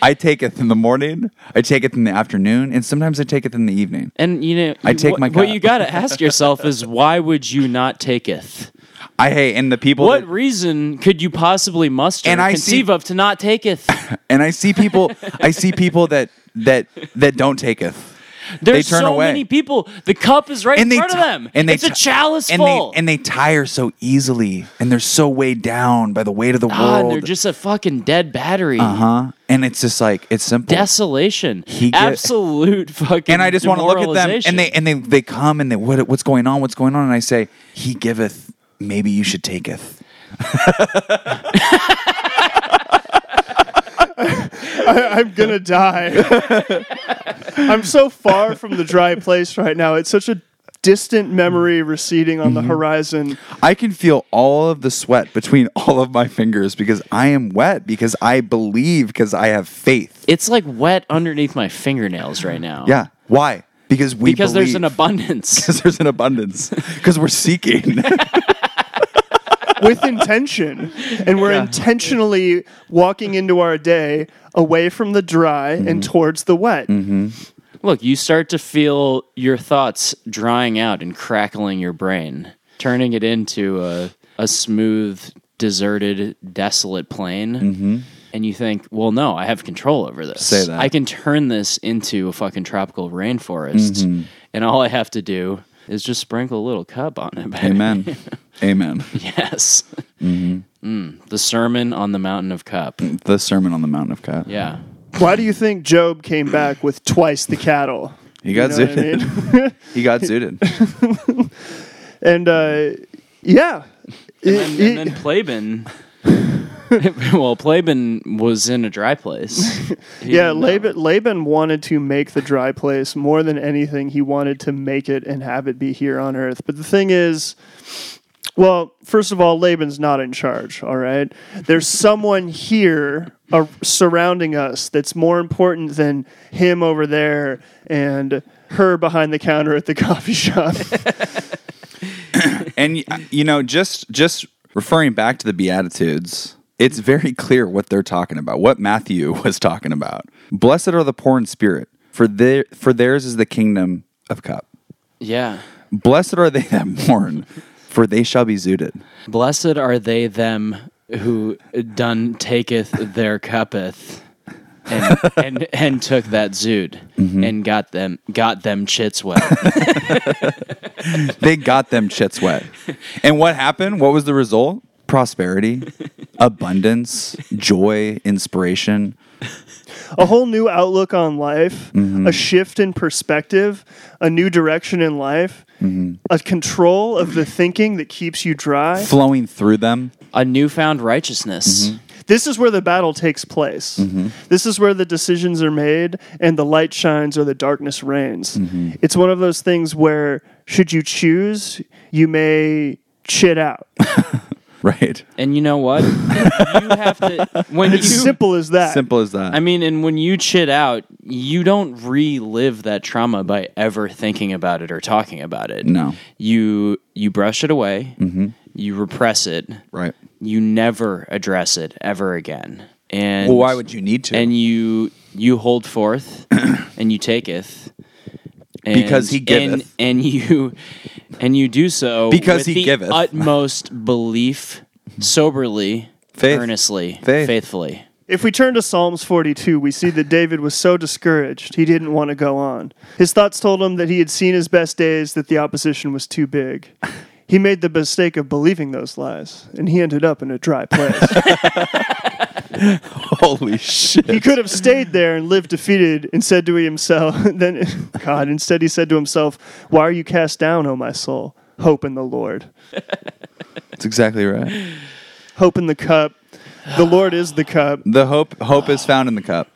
I taketh in the morning. I taketh in the afternoon, and sometimes I taketh in the evening.
And you know,
I take
what,
my
what
cup.
you got to ask yourself is why would you not taketh?
I hey, and the people
What
that-
reason could you possibly muster
And
and
I
conceive
see-
of to not taketh?
and I see people. I see people that that that don't taketh.
There's
turn
so
away.
many people. The cup is right
and
in
they
front
ti-
of them.
And they
it's a
ti-
chalice
and
full.
They, and they tire so easily, and they're so weighed down by the weight of the
Ah, and
world.
they're just a fucking dead battery.
huh? And it's just like it's simple.
Desolation.
He get-
Absolute fucking.
and I just want to look at them,
demoralization.
and they and they they come, and they what what's going on? What's going on? And I say, He giveth, maybe you should taketh.
I'm gonna die. I'm so far from the dry place right now. It's such a distant memory receding on the horizon.
I can feel all of the sweat between all of my fingers because I am wet because I believe because I have faith.
It's like wet underneath my fingernails right now.
Yeah. Why? Because we
Because there's an
believe.
abundance.
because there's an abundance because we're seeking.
with intention. And we're intentionally walking into our day away from the dry and towards the wet.
Look, you start to feel your thoughts drying out and crackling your brain, turning it into a, a smooth, deserted, desolate plain. Mm-hmm. And you think, well, no, I have control over this.
Say that.
I can turn this into a fucking tropical rainforest.
Mm-hmm.
And all I have to do is just sprinkle a little cup on it. baby.
Amen. Amen.
Yes.
Mm-hmm.
Mm, the Sermon on the Mountain of Cup.
The Sermon on the Mountain of Cat.
Yeah.
Why do you think Job came back with twice the cattle?
He got
You know what I
zooted. he got zooted.
And uh, yeah. It-
and
it-
then Plaben. well, Plaben was in a dry place. He
yeah,
didn't know.
Laban, Laban wanted to make the dry place more than anything. He wanted to make it and have it be here on earth. But the thing is, well, first of all, Laban's not in charge, all right? There's someone here uh, surrounding us that's more important than him over there and her behind the counter at the coffee shop.
and y- you know, just just referring back to the Beatitudes, it's very clear what they're talking about. What Matthew was talking about. Blessed are the poor in spirit, for their for theirs is the kingdom of cup.
Yeah.
Blessed are they that mourn, for they shall be zooted.
Blessed are they them who done taketh their cuppeth. and and, and took that zood and got them got them chits wet.
they got them chits wet. And what happened? What was the result? Prosperity, abundance, joy, inspiration.
a whole new outlook on life,
Mm-hmm.
a shift in perspective, a new direction in life,
Mm-hmm.
a control of the thinking that keeps you dry.
flowing through them.
A newfound righteousness.
This is where the battle takes place. This is where the decisions are made and the light shines or the darkness reigns. It's one of those things where, should you choose, you may chit out.
Right.
And you know what? you have to when you
Simple as that.
Simple as that.
I mean, and when you chit out, you don't relive that trauma by ever thinking about it or talking about it.
No. Mm-hmm.
You you brush it away. You repress it.
right.
You never address it ever again. And
Well, why would you need to?
and you you hold forth and you taketh and,
Because he
and,
giveth.
and you and you do so
Because
with
he
the
giveth.
utmost belief soberly
Faith.
earnestly
Faith.
faithfully
If we turn to Psalms 42, we see that David was so discouraged he didn't want to go on. His thoughts told him that he had seen his best days, that the opposition was too big. He made the mistake of believing those lies, and he ended up in a dry place.
Holy shit.
he could have stayed there and lived defeated and said to himself, then, God, instead he said to himself, Why are you cast down, O my soul? Hope in the Lord.
That's exactly right.
Hope in the cup. The Lord is the cup.
The hope hope is found in the cup.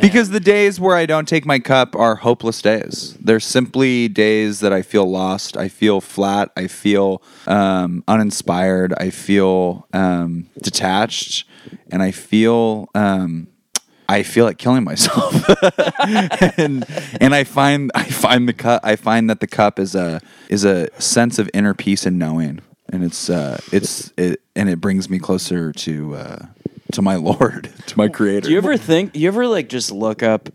Because the days where I don't take my cup are hopeless days. They're simply days that I feel lost. I feel flat. I feel um, uninspired. I feel um, detached, and I feel um, I feel like killing myself. and and I find I find the cup I find that the cup is a is a sense of inner peace and knowing, and it's uh it's it and it brings me closer to uh to my Lord, to my Creator.
do you ever think you ever like just look up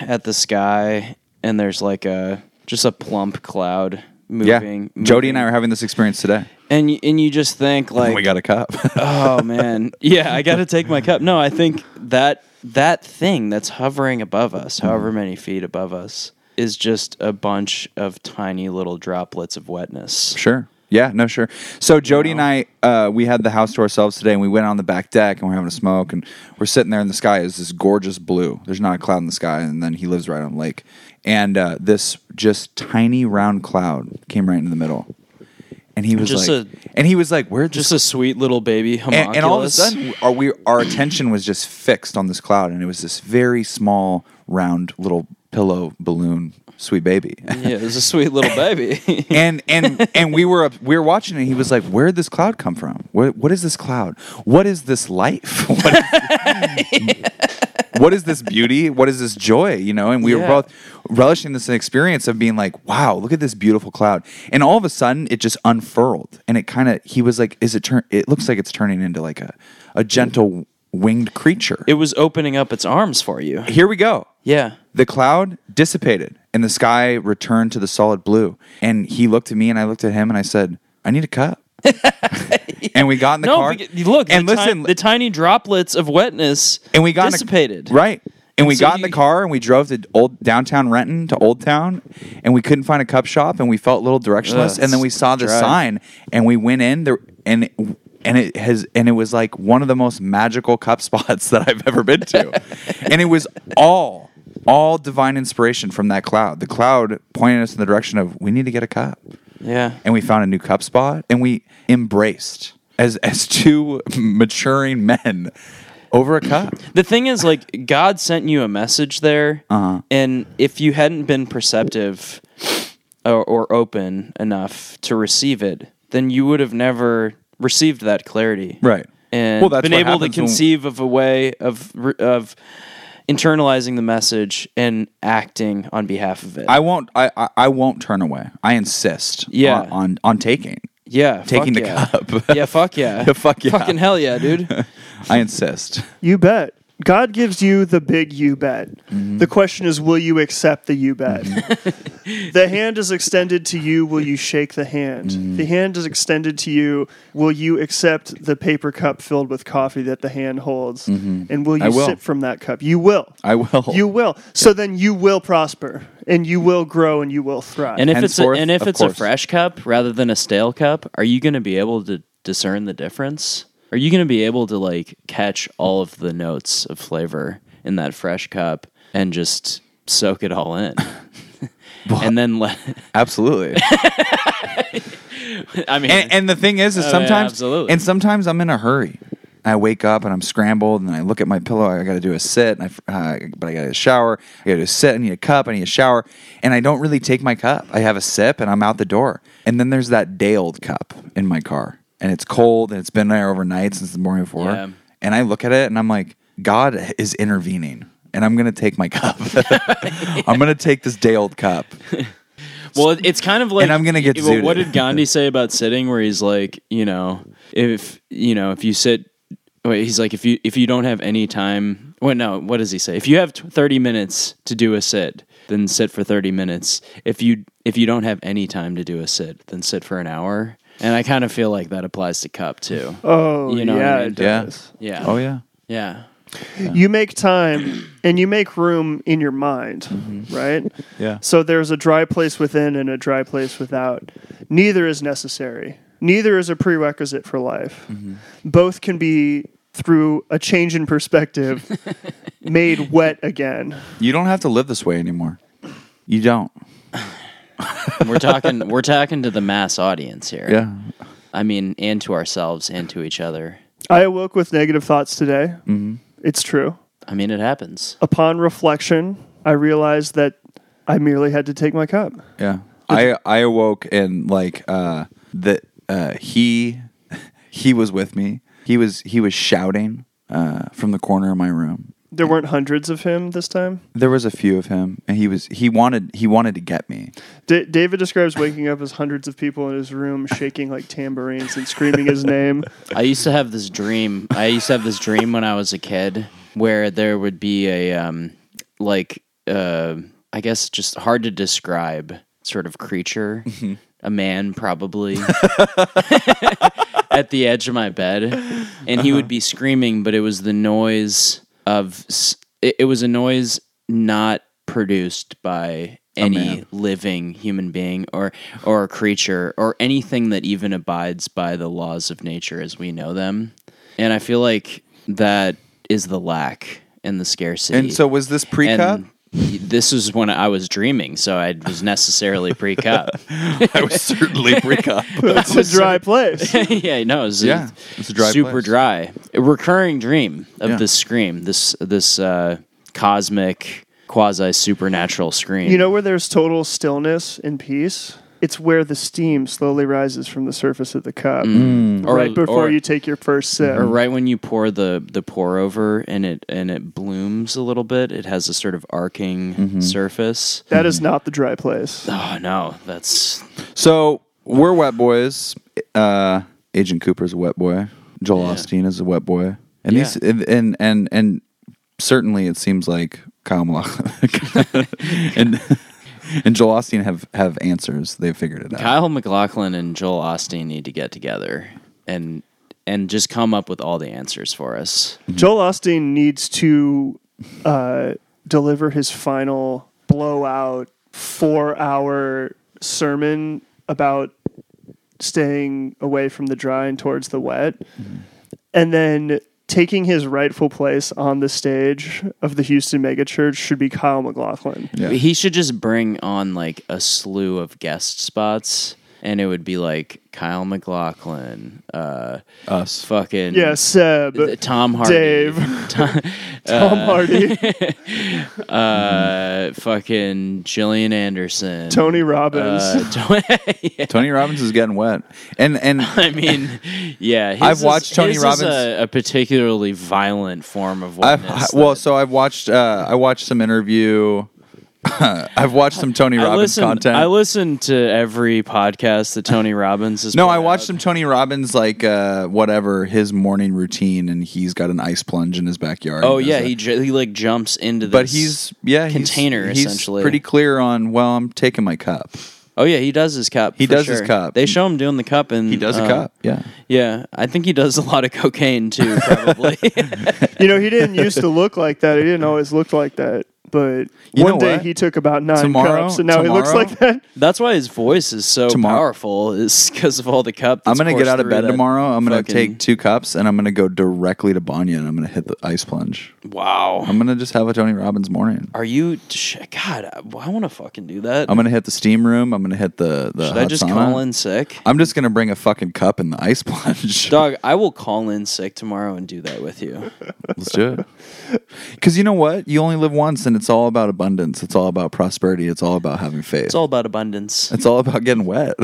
at the sky and there's like a just a plump cloud
yeah,
moving
Jody and Oh I are having this experience today.
and you, and you just think like
and we got a cup.
oh man yeah i gotta take my cup no i think that that thing that's hovering above us however many feet above us is just a bunch of tiny little droplets of wetness
Sure. Yeah, no, sure. So Jody and I, uh, we had the house to ourselves today, and we went on the back deck, and we're having a smoke, and we're sitting there, and the sky is this gorgeous blue. There's not a cloud in the sky, and then he lives right on the lake, and uh, this just tiny round cloud came right in the middle, and he was
Just
like,
a-
and he was like, where just
just a sweet little baby homunculus
and, and all of a sudden, our we our attention was just fixed on this cloud, and it was this very small, round, little pillow balloon, sweet baby.
yeah it was a sweet little baby
and and and we were up, we were watching it. And he was like, "Where did this cloud come from? What what is this cloud? What is this life? What is, what is this beauty? What is this joy? You know?" And we were
Yeah.
both relishing this experience of being like, "Wow, look at this beautiful cloud!" And all of a sudden, it just unfurled, and it kind of he was like, "Is it turn? It looks like it's turning into like a a gentle winged creature."
it was opening up its arms for you
Here we go.
yeah
The cloud dissipated and the sky returned to the solid blue. And he looked at me and I looked at him and I said, I need a cup. and we got in the
no
car.
beca- look
and
the, ti-
listen,
the tiny droplets of wetness
and we got
dissipated
In a, right. And we
so
got in the
you-
car and we drove to old downtown Renton to Old Town and we couldn't find a cup shop and we felt a little directionless.
Ugh,
and then we saw this
drive.
sign and we went in there and and it has and it was like one of the most magical cup spots that I've ever been to. and it was all all divine inspiration from that cloud. The cloud pointed us in the direction of we need to get a cup
yeah
and we found a new cup spot and we embraced as as two maturing men over a cup.
The thing is, like, God sent you a message there,
Uh-huh.
and if you hadn't been perceptive or, or open enough to receive it, then you would have never received that clarity,
Right.
And
Well, that's
been
what
able to
happens when-
conceive of a way of re- of internalizing the message and acting on behalf of it.
I won't. I, I I won't turn away. I insist.
Yeah.
On on, on taking.
yeah,
Taking
fuck
the
yeah.
cup.
yeah, fuck yeah,
Fuck yeah.
fucking hell yeah, dude.
I insist.
You bet. God gives you the big you bet.
Mm-hmm.
The question is, will you accept the you bet?
Mm-hmm.
the hand is extended to you. Will you shake the hand?
Mm-hmm.
The hand is extended to you. Will you accept the paper cup filled with coffee that the hand holds? And will
Mm-hmm. I
you
will.
sip from that cup? You will.
I will.
You will. So then you will prosper and you will grow and you will thrive.
And if it's a,
Henceforth,
and if
of
it's a
course.
fresh cup rather than a stale cup, are you going to be able to discern the difference? Are you going to be able to like catch all of the notes of flavor in that fresh cup and just soak it all in? and then let
Absolutely.
I mean
and, and the thing is, is
Oh, yeah,
sometimes,
absolutely.
and sometimes I'm in a hurry. I wake up and I'm scrambled, and I look at my pillow. I got to do a sit, and I, uh, but I got to shower. I got to sit. I need a cup. I need a shower, and I don't really take my cup. I have a sip, and I'm out the door. And then there's that day old cup in my car, and it's cold, and it's been there overnight since the morning before.
Yeah.
And I look at it, and I'm like, God is intervening, and I'm gonna take my cup. I'm gonna take this day old cup.
Well, it- it's kind of like
And I'm gonna get
it- well, What
zooted.
did Gandhi say about sitting? Where he's like, you know, if you know, if you sit, wait, he's like, if you if you don't have any time, well, no, what does he say? If you have t- 30 minutes to do a sit, then sit for 30 minutes. If you if you don't have any time to do a sit, then sit for an hour. And I kind of feel like that applies to cup too.
oh,
You know what
yeah,
I mean?
it
Yeah.
does.
yeah,
Oh yeah.
yeah.
You make time and you make room in your mind,
Mm-hmm.
right?
Yeah.
So there's a dry place within and a dry place without. Neither is necessary. Neither is a prerequisite for life. Both can be through a change in perspective made wet again.
You don't have to live this way anymore. You don't.
We're talking we're talking to the mass audience here.
Yeah.
I mean, and to ourselves and to each other.
I awoke with negative thoughts today. It's true.
I mean, it happens.
Upon reflection, I realized that I merely had to take my cup.
Yeah. I I awoke and like uh that uh he he was with me. He was he was shouting uh from the corner of my room.
There weren't hundreds of him this time.
There was a few of him and he was he wanted he wanted to get me.
D- David describes waking up as hundreds of people in his room shaking like tambourines and screaming his name.
I used to have this dream. I used to have this dream when I was a kid where there would be a um like uh I guess just hard to describe sort of creature, a man probably at the edge of my bed and he would
Uh-huh.
be screaming but it was the noise of s- it, it was a noise not produced by
Oh,
any living human being or or creature or anything that even abides by the laws of nature as we know them and i feel like that is the lack and the scarcity
And so was this pre cup?
and this is when i was dreaming so i was necessarily pre-cup
I was certainly pre cup.
It's a dry place.
yeah, no, it's
Yeah, it's a dry
super
place.
dry, a recurring dream of
Yeah.
this scream, this this uh, cosmic quasi supernatural scream.
You know where there's total stillness and peace? It's where the steam slowly rises from the surface of the cup
Mm. or,
right before
or, Mm-hmm.
you take your first sip.
or right when you pour the the pour over and it and it blooms a little bit, it has a sort of arcing
Mm-hmm.
surface.
That is not the dry place.
Oh no, that's
So we're wet boys. Uh, Agent Cooper's a wet boy. Joel Osteen is a wet boy. And these and and and, and certainly it seems like Kyle Malach and and Joel Osteen have have answers. They've figured it out.
Kyle McLaughlin and Joel Austin need to get together and and just come up with all the answers for us.
Joel Austin needs to uh, deliver his final blowout four hour sermon about staying away from the dry and towards the wet,
Mm-hmm.
and then taking his rightful place on the stage of the Houston megachurch should be Kyle McLaughlin.
Yeah.
He should just bring on like a slew of guest spots, and it would be like Kyle McLaughlin, uh,
Us.
fucking
Yeah, Seb,
th- Tom Hardy,
Dave,
Tom,
uh, Tom Hardy,
uh, fucking Gillian Anderson,
Tony Robbins.
uh, Tony-
Tony Robbins is getting wet. And and
I mean, yeah, his
I've
is-
watched Tony
his is
Robbins-
a, a particularly violent form of
I've,
wetness.
well, so I've watched uh, I watched some interview. I've watched some Tony
I
Robbins
listen.
content.
I listen to every podcast that Tony Robbins is.
no, I watched some Tony Robbins like uh, whatever his morning routine, and he's got an ice plunge in his backyard.
Oh
and does
yeah,
that.
he ju- he like jumps into this.
but he's yeah he's-
container,
he's
essentially.
pretty clear on. Well, I'm taking my cup.
oh yeah, he does his cup.
He
for
does his
sure.
cup.
They show him doing the cup, and uh,
He does a cup. Yeah,
Yeah, I think he does a lot of cocaine too. Probably.
You know, he didn't used to look like that. He didn't always look like that. But
You know
one day
what?
he took about nine
Tomorrow-
cups, and now he looks
tomorrow-
like that.
That's why his voice is so
Tomorrow-
powerful. Is because of all the cup.
I'm
that's
gonna get
coursed
out of
through
bed
that
tomorrow. I'm gonna
fucking-
take two cups and I'm gonna go directly to Banya and I'm gonna hit the ice plunge.
Wow.
I'm gonna just have a Tony Robbins morning.
Are you? sh- God, I, I want to fucking do that.
I'm gonna hit the steam room. I'm gonna hit the the.
Should
hot
I just
sauna.
call in sick?
I'm just gonna bring a fucking cup and the ice plunge.
Dog, I will call in sick tomorrow and do that with you.
Let's do it. Because you know what? You only live once, and it's all about abundance. It's all about prosperity. It's all about having faith.
It's all about abundance.
It's all about getting wet.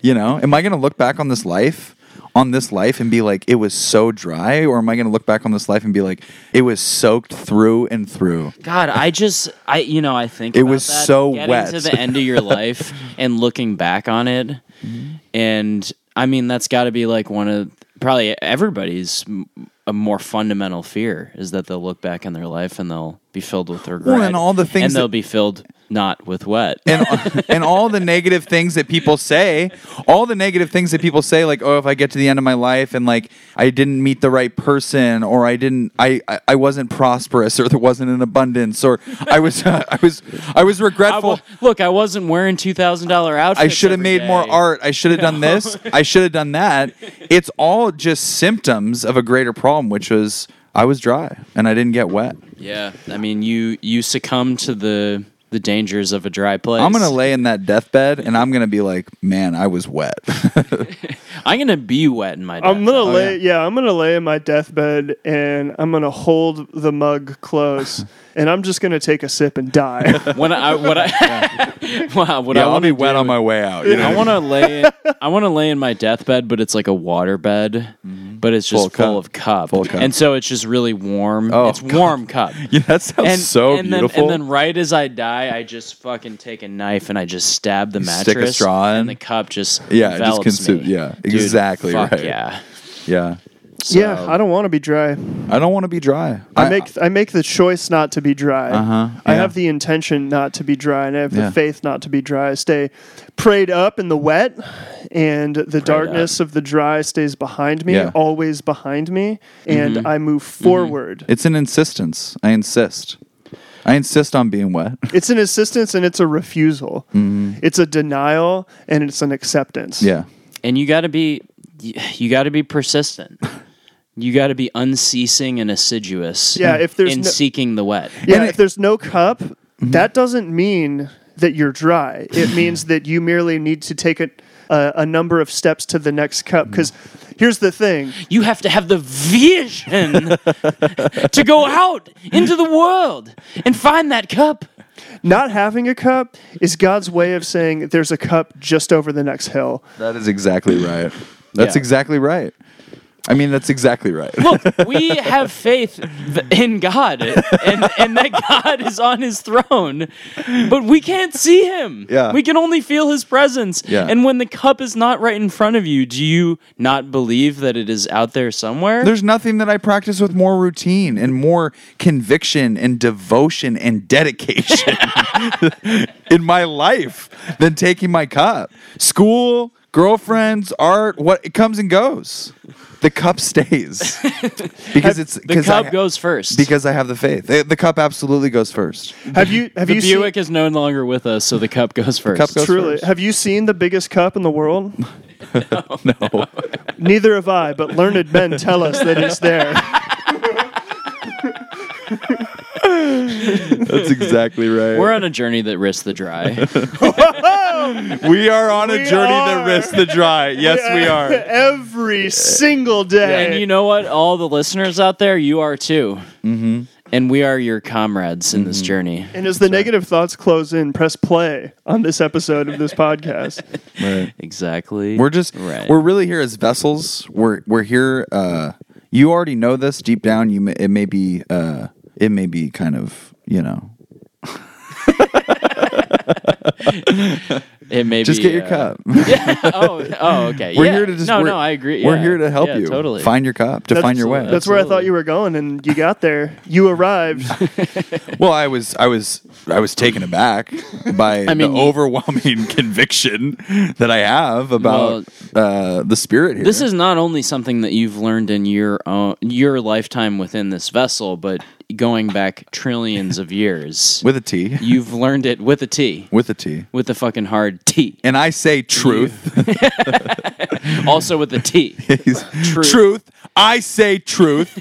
you know, am I going to look back on this life, on this life, and be like, it was so dry? Or am I going to look back on this life and be like, it was soaked through and through?
God, I just, I, you know, I think
It
about
was
that,
so
getting
wet.
to the end of your life and looking back on it, and I mean, that's got to be like one of probably everybody's m- a more fundamental fear is that they'll look back on their life and they'll be filled with regret.
and all the things
and they'll
that-
be filled not with wet.
And, and all the negative things that people say, all the negative things that people say, like, oh, if I get to the end of my life and like I didn't meet the right person, or I didn't, I, I, I wasn't prosperous, or there wasn't an abundance, or I was, I was, I was
I
regretful.
wa- look, I wasn't wearing two thousand dollar outfits.
I should have made
every day.
more art. I should have done this. I should have done that. It's all just symptoms of a greater problem, which was I was dry and I didn't get wet.
Yeah, I mean, you you succumb to the the dangers of a dry place.
I'm gonna lay in that deathbed and I'm gonna be like, man, I was wet.
I'm gonna be wet in my.
I'm
death.
Oh,
gonna lay, yeah. I'm gonna lay in my deathbed, and I'm gonna hold the mug close, and I'm just gonna take a sip and die.
when I what I wow what
yeah,
I
I'll
want
be
to
wet on my way out. you know?
I want to lay in, I want to lay in my deathbed, but it's like a water bed, but it's just
Mm-hmm. Full
full,
cup.
of cup,
Full cup.
and so it's just really warm.
Oh,
it's warm cup.
Yeah, that sounds
And,
so
and
beautiful.
Then, and then, right as I die, I just fucking take a knife and I just stab the mattress.
stick a straw in.
and the cup just
Yeah, it just
envelops
consume-
me.
yeah,
Dude,
exactly
fuck
right.
Yeah,
yeah,
yeah, I don't want to be dry.
I don't want to be dry.
I make I make the choice not to be dry.
Uh-huh,
I
yeah.
have the intention not to be dry, and I have the
Yeah.
faith not to be dry. I stay prayed up in the wet, and the darkness of the dry stays behind me,
Yeah. Mm-hmm.
always behind me, and I move forward.
It's an insistence. I insist. I insist on being wet.
It's an insistence and it's a refusal.
Mm-hmm.
It's a denial and it's an acceptance.
yeah,
and you got to be you, you got to be persistent. You got to be unceasing and assiduous.
Yeah, if there's
in
no-
seeking the wet.
Yeah,
And
if there's no cup, that doesn't mean that you're dry. It means that you merely need to take a, a, a number of steps to the next cup. Because here's the thing
You have to have the vision to go out into the world and find that cup.
not having a cup is God's way of saying there's a cup just over the next hill.
that is exactly right. That's
Yeah.
exactly right. I mean, that's exactly right.
Look, we have faith th- in God and, and that God is on his throne, but we can't see him.
Yeah.
We can only feel his presence.
Yeah.
And when the cup is not right in front of you, do you not believe that it is out there somewhere?
There's nothing that I practice with more routine and more conviction and devotion and dedication in my life than taking my cup. School, girlfriends, art, what it comes and goes. The cup stays because it's
the
because
cup
I,
goes first.
because I have the faith. The, the cup absolutely goes first.
Have you have
the
you
Buick
seen,
is no longer with us, so the cup goes first.
Cup goes
truly
first.
have you seen the biggest cup in the world? no. Neither have I, but learned men tell us that it's there.
That's exactly right.
We're on a journey that risks the dry.
We are on a
We
journey that
are.
risks the dry. Yes, we are.
Every single day.
And you know what? All the listeners out there, you are too. Mm-hmm. And we are your comrades in this journey.
And as the negative thoughts close in, press play on this episode of this podcast.
Right.
Exactly.
We're just
Right.
we're really here as vessels. We're we're here. Uh, you already know this deep down. You may, it may be uh, it may be kind of you know.
It may
Just
be,
get your
uh,
cup.
oh, oh, okay.
We're
yeah.
here to just.
No,
we're,
no, I agree.
We're
Yeah.
here to help
Yeah,
you
Totally.
find your cup to
That's-
find your way.
That's where I thought
Absolutely.
you were going, and you got there. You arrived.
Well, I was, I was, I was taken aback by
mean,
the
you-
overwhelming conviction that I have about uh, the spirit here.
This is not only something that you've learned in your own, your lifetime within this vessel, but going back trillions of years,
with a T,
you've learned it with a T,
with a T,
with the fucking hard T,
and I say truth.
also with a T.
truth. I say truth.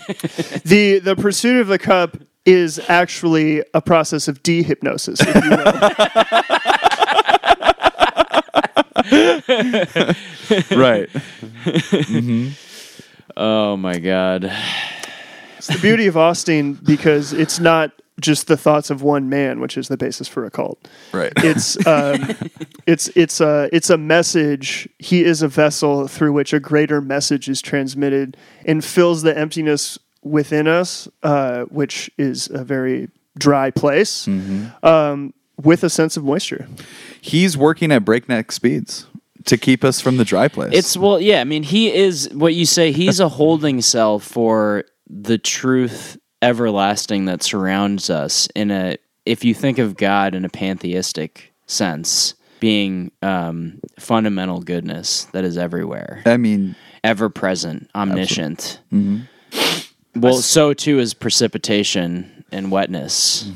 the The pursuit of the cup is actually a process of dehypnosis. If you will.
right.
Oh my god.
it's the beauty of Austin because it's not just the thoughts of one man, which is the basis for a cult.
Right.
It's um, it's it's a it's a message. He is a vessel through which a greater message is transmitted and fills the emptiness within us, uh, which is a very dry place,
Mm-hmm.
um, with a sense of moisture.
He's working at breakneck speeds to keep us from the dry place.
It's well, yeah. I mean, he is what you say. He's a holding cell for the truth everlasting that surrounds us. In a, if you think of God in a pantheistic sense, being um, fundamental goodness that is everywhere,
I mean,
ever present, omniscient. Well, so too is precipitation and wetness.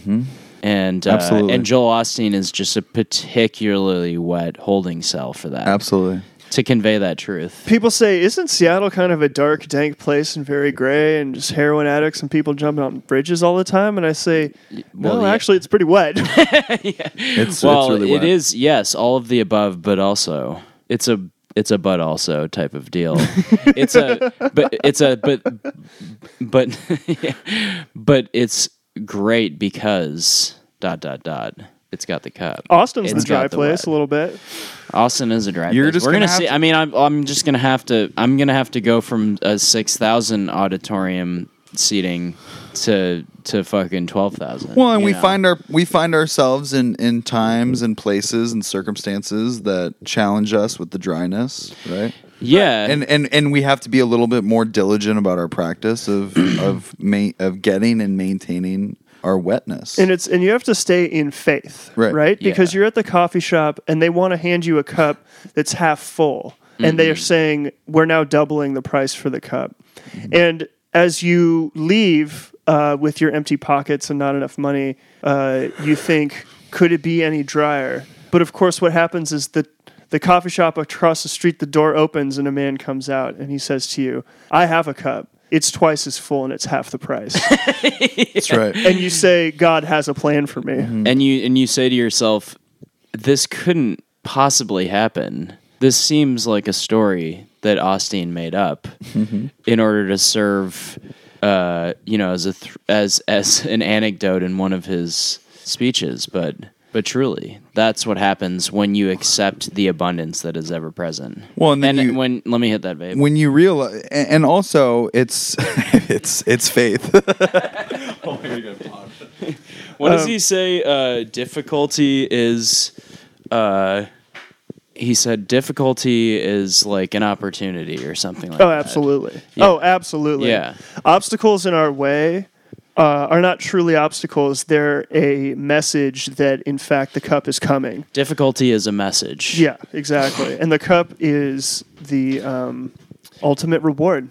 And uh,
Absolutely.
and Joel Austin is just a particularly wet holding cell for that
absolutely.
to convey that truth.
People say, isn't Seattle kind of a dark, dank place and very gray and just heroin addicts and people jumping on bridges all the time? And I say, no,
well, yeah.
actually, it's pretty wet.
It's
well,
it's really
it
wet.
is yes, all of the above, but also it's a it's a but also type of deal. it's a but it's a but but but it's great because dot dot dot. It's got the cup.
Austin's
It's
the dry
got the
place
wet.
a little bit.
Austin is a drive.
You're
place.
just
We're
gonna
gonna,
have
see.
to-
I mean, I'm I'm just gonna have to. I'm gonna have to go from a six thousand auditorium seating to to fucking twelve thousand.
Well, and we find our we find ourselves in in times and places and circumstances that challenge us with the dryness, right?
yeah,
And and and we have to be a little bit more diligent about our practice of of ma- of getting and maintaining our wetness.
And it's and you have to stay in faith,
Right.
right? Because you're at the coffee shop and they want to hand you a cup that's half full, and they are saying we're now doubling the price for the cup. And as you leave uh, with your empty pockets and not enough money, uh, you think, could it be any drier? But of course, what happens is that the coffee shop across the street, the door opens and a man comes out and he says to you, "I have a cup. It's twice as full and it's half the price."
That's right.
and you say, "God has a plan for me."
Mm.
and you and you say to yourself, "This couldn't possibly happen. This seems like a story that Austin made up
Mm-hmm.
in order to serve, uh, you know, as a th- as as an anecdote in one of his speeches." But but truly, that's what happens when you accept the abundance that is ever present.
Well, and then you-
when let me hit that, babe.
when you realize, and also it's it's it's faith.
What
Um,
does he say? Uh, difficulty is. Uh, he said difficulty is like an opportunity or something like
Oh,
that.
absolutely. Oh, absolutely.
Yeah.
Obstacles in our way uh, are not truly obstacles. They're a message that, in fact, the cup is coming.
Difficulty is a message.
Yeah, exactly. And the cup is the um, ultimate reward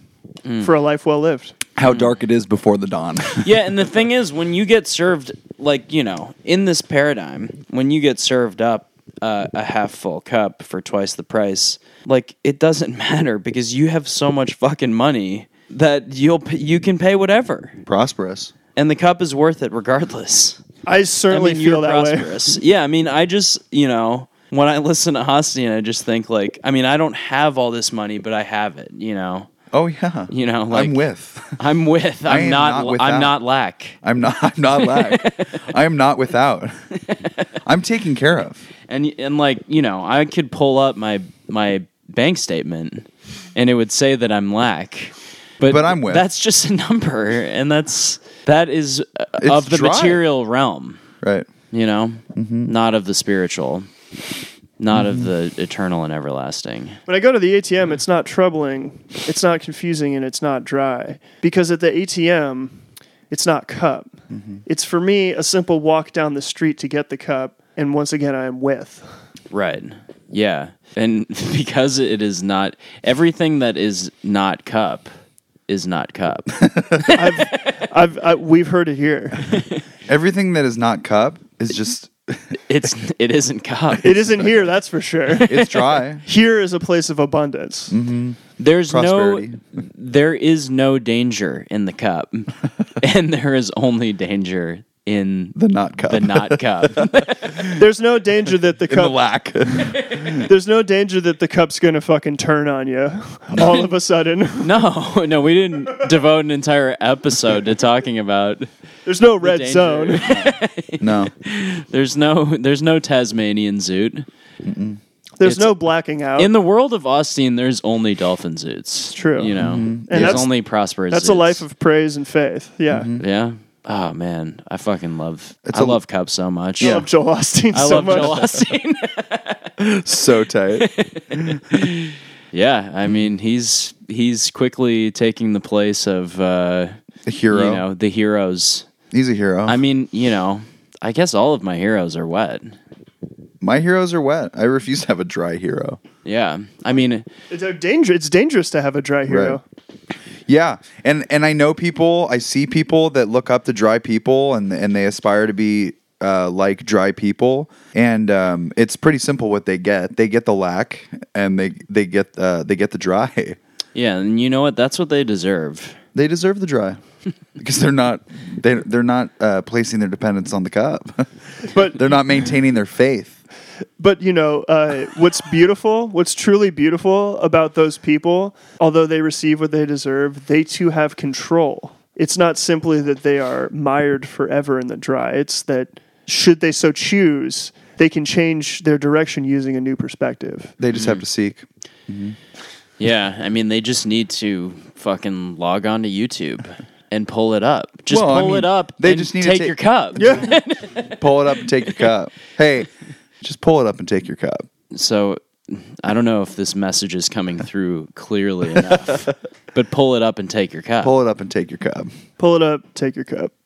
for a life well lived.
How dark it is before the dawn.
Yeah, and the thing is, when you get served, like, you know, in this paradigm, when you get served up uh, a half full cup for twice the price, like, it doesn't matter because you have so much fucking money that you'll p- you can pay whatever
Prosperous.
and the cup is worth it regardless
I certainly feel that way.
Yeah, I mean, I just you know when I listen to Hostian, I just think like, I mean, I don't have all this money, but I have it. You know,
Oh yeah.
you know, like
I'm with.
I'm with. I'm
am
not.
not without.
I'm not lack.
I'm not. I'm not lack. I am not without. I'm taken care of.
And and like you know, I could pull up my my bank statement, and it would say that I'm lack. But,
But I'm with.
That's just a number, and that's that is uh,
It's
of the
dry.
material realm.
Right.
you know, not of the spiritual, not of the eternal and everlasting.
When I go to the ATM, it's not troubling, it's not confusing, and it's not dry. Because at the ATM, it's not cup. It's for me a simple walk down the street to get the cup, and once again, I am with.
Right. Yeah. And because it is not everything that is not cup is not cup.
I've, I, we've heard it here.
Everything that is not cup is just
It's it isn't cup.
It isn't here, that's for sure.
it's dry.
Here is a place of abundance.
There's no
Prosperity.
there is no danger in the cup. and there is only danger in
The not cup.
the not cup.
There's no danger that the
in the
cup
lack.
There's no danger that the cup's gonna fucking turn on you all of a sudden.
no, no, we didn't devote an entire episode to talking about
There's no red
danger.
zone.
no.
there's no there's no Tasmanian zoot.
There's
It's-
no blacking out.
In the world of Austin, there's only dolphin zoots.
True. Mm-hmm.
You know, there's
that's-
only prosperous.
That's
zoots.
a life of praise and faith. Yeah.
yeah. Oh man, I fucking love.
It's
I
a-
love Cup so much.
I love Joel Osteen
I
so
love
much.
Joel Austin.
So tight.
yeah, I mean he's he's quickly taking the place of uh,
A hero.
you know the heroes.
He's a hero.
I mean, you know, I guess all of my heroes are wet.
My heroes are wet. I refuse to have a dry hero.
Yeah, I mean,
It's a danger. It's dangerous to have a dry hero.
Yeah, and and I know people. I see people that look up to dry people, and and they aspire to be uh, like dry people. And um, it's pretty simple what they get. They get the lack, and they they get uh, they get the dry.
yeah, and you know what? That's what they deserve.
They deserve the dry because they're not they they're not uh, placing their dependence on the cup.
But
they're not maintaining their faith.
but you know uh, what's beautiful, what's truly beautiful about those people, although they receive what they deserve, they too have control. It's not simply that they are mired forever in the dry. It's that should they so choose, they can change their direction using a new perspective.
They just have to seek.
Yeah, I mean, they just need to fucking log on to YouTube and pull it up. Just
Well, I
pull
mean,
it up.
they
and
just need to
take,
take-
your cup.
Yeah.
Pull it up and take your cup. Hey, just pull it up and take your cup.
So I don't know if this message is coming through clearly enough, but uh, pull it up and take your cup.
Pull it up and take your cup.
Pull it up, take your cup.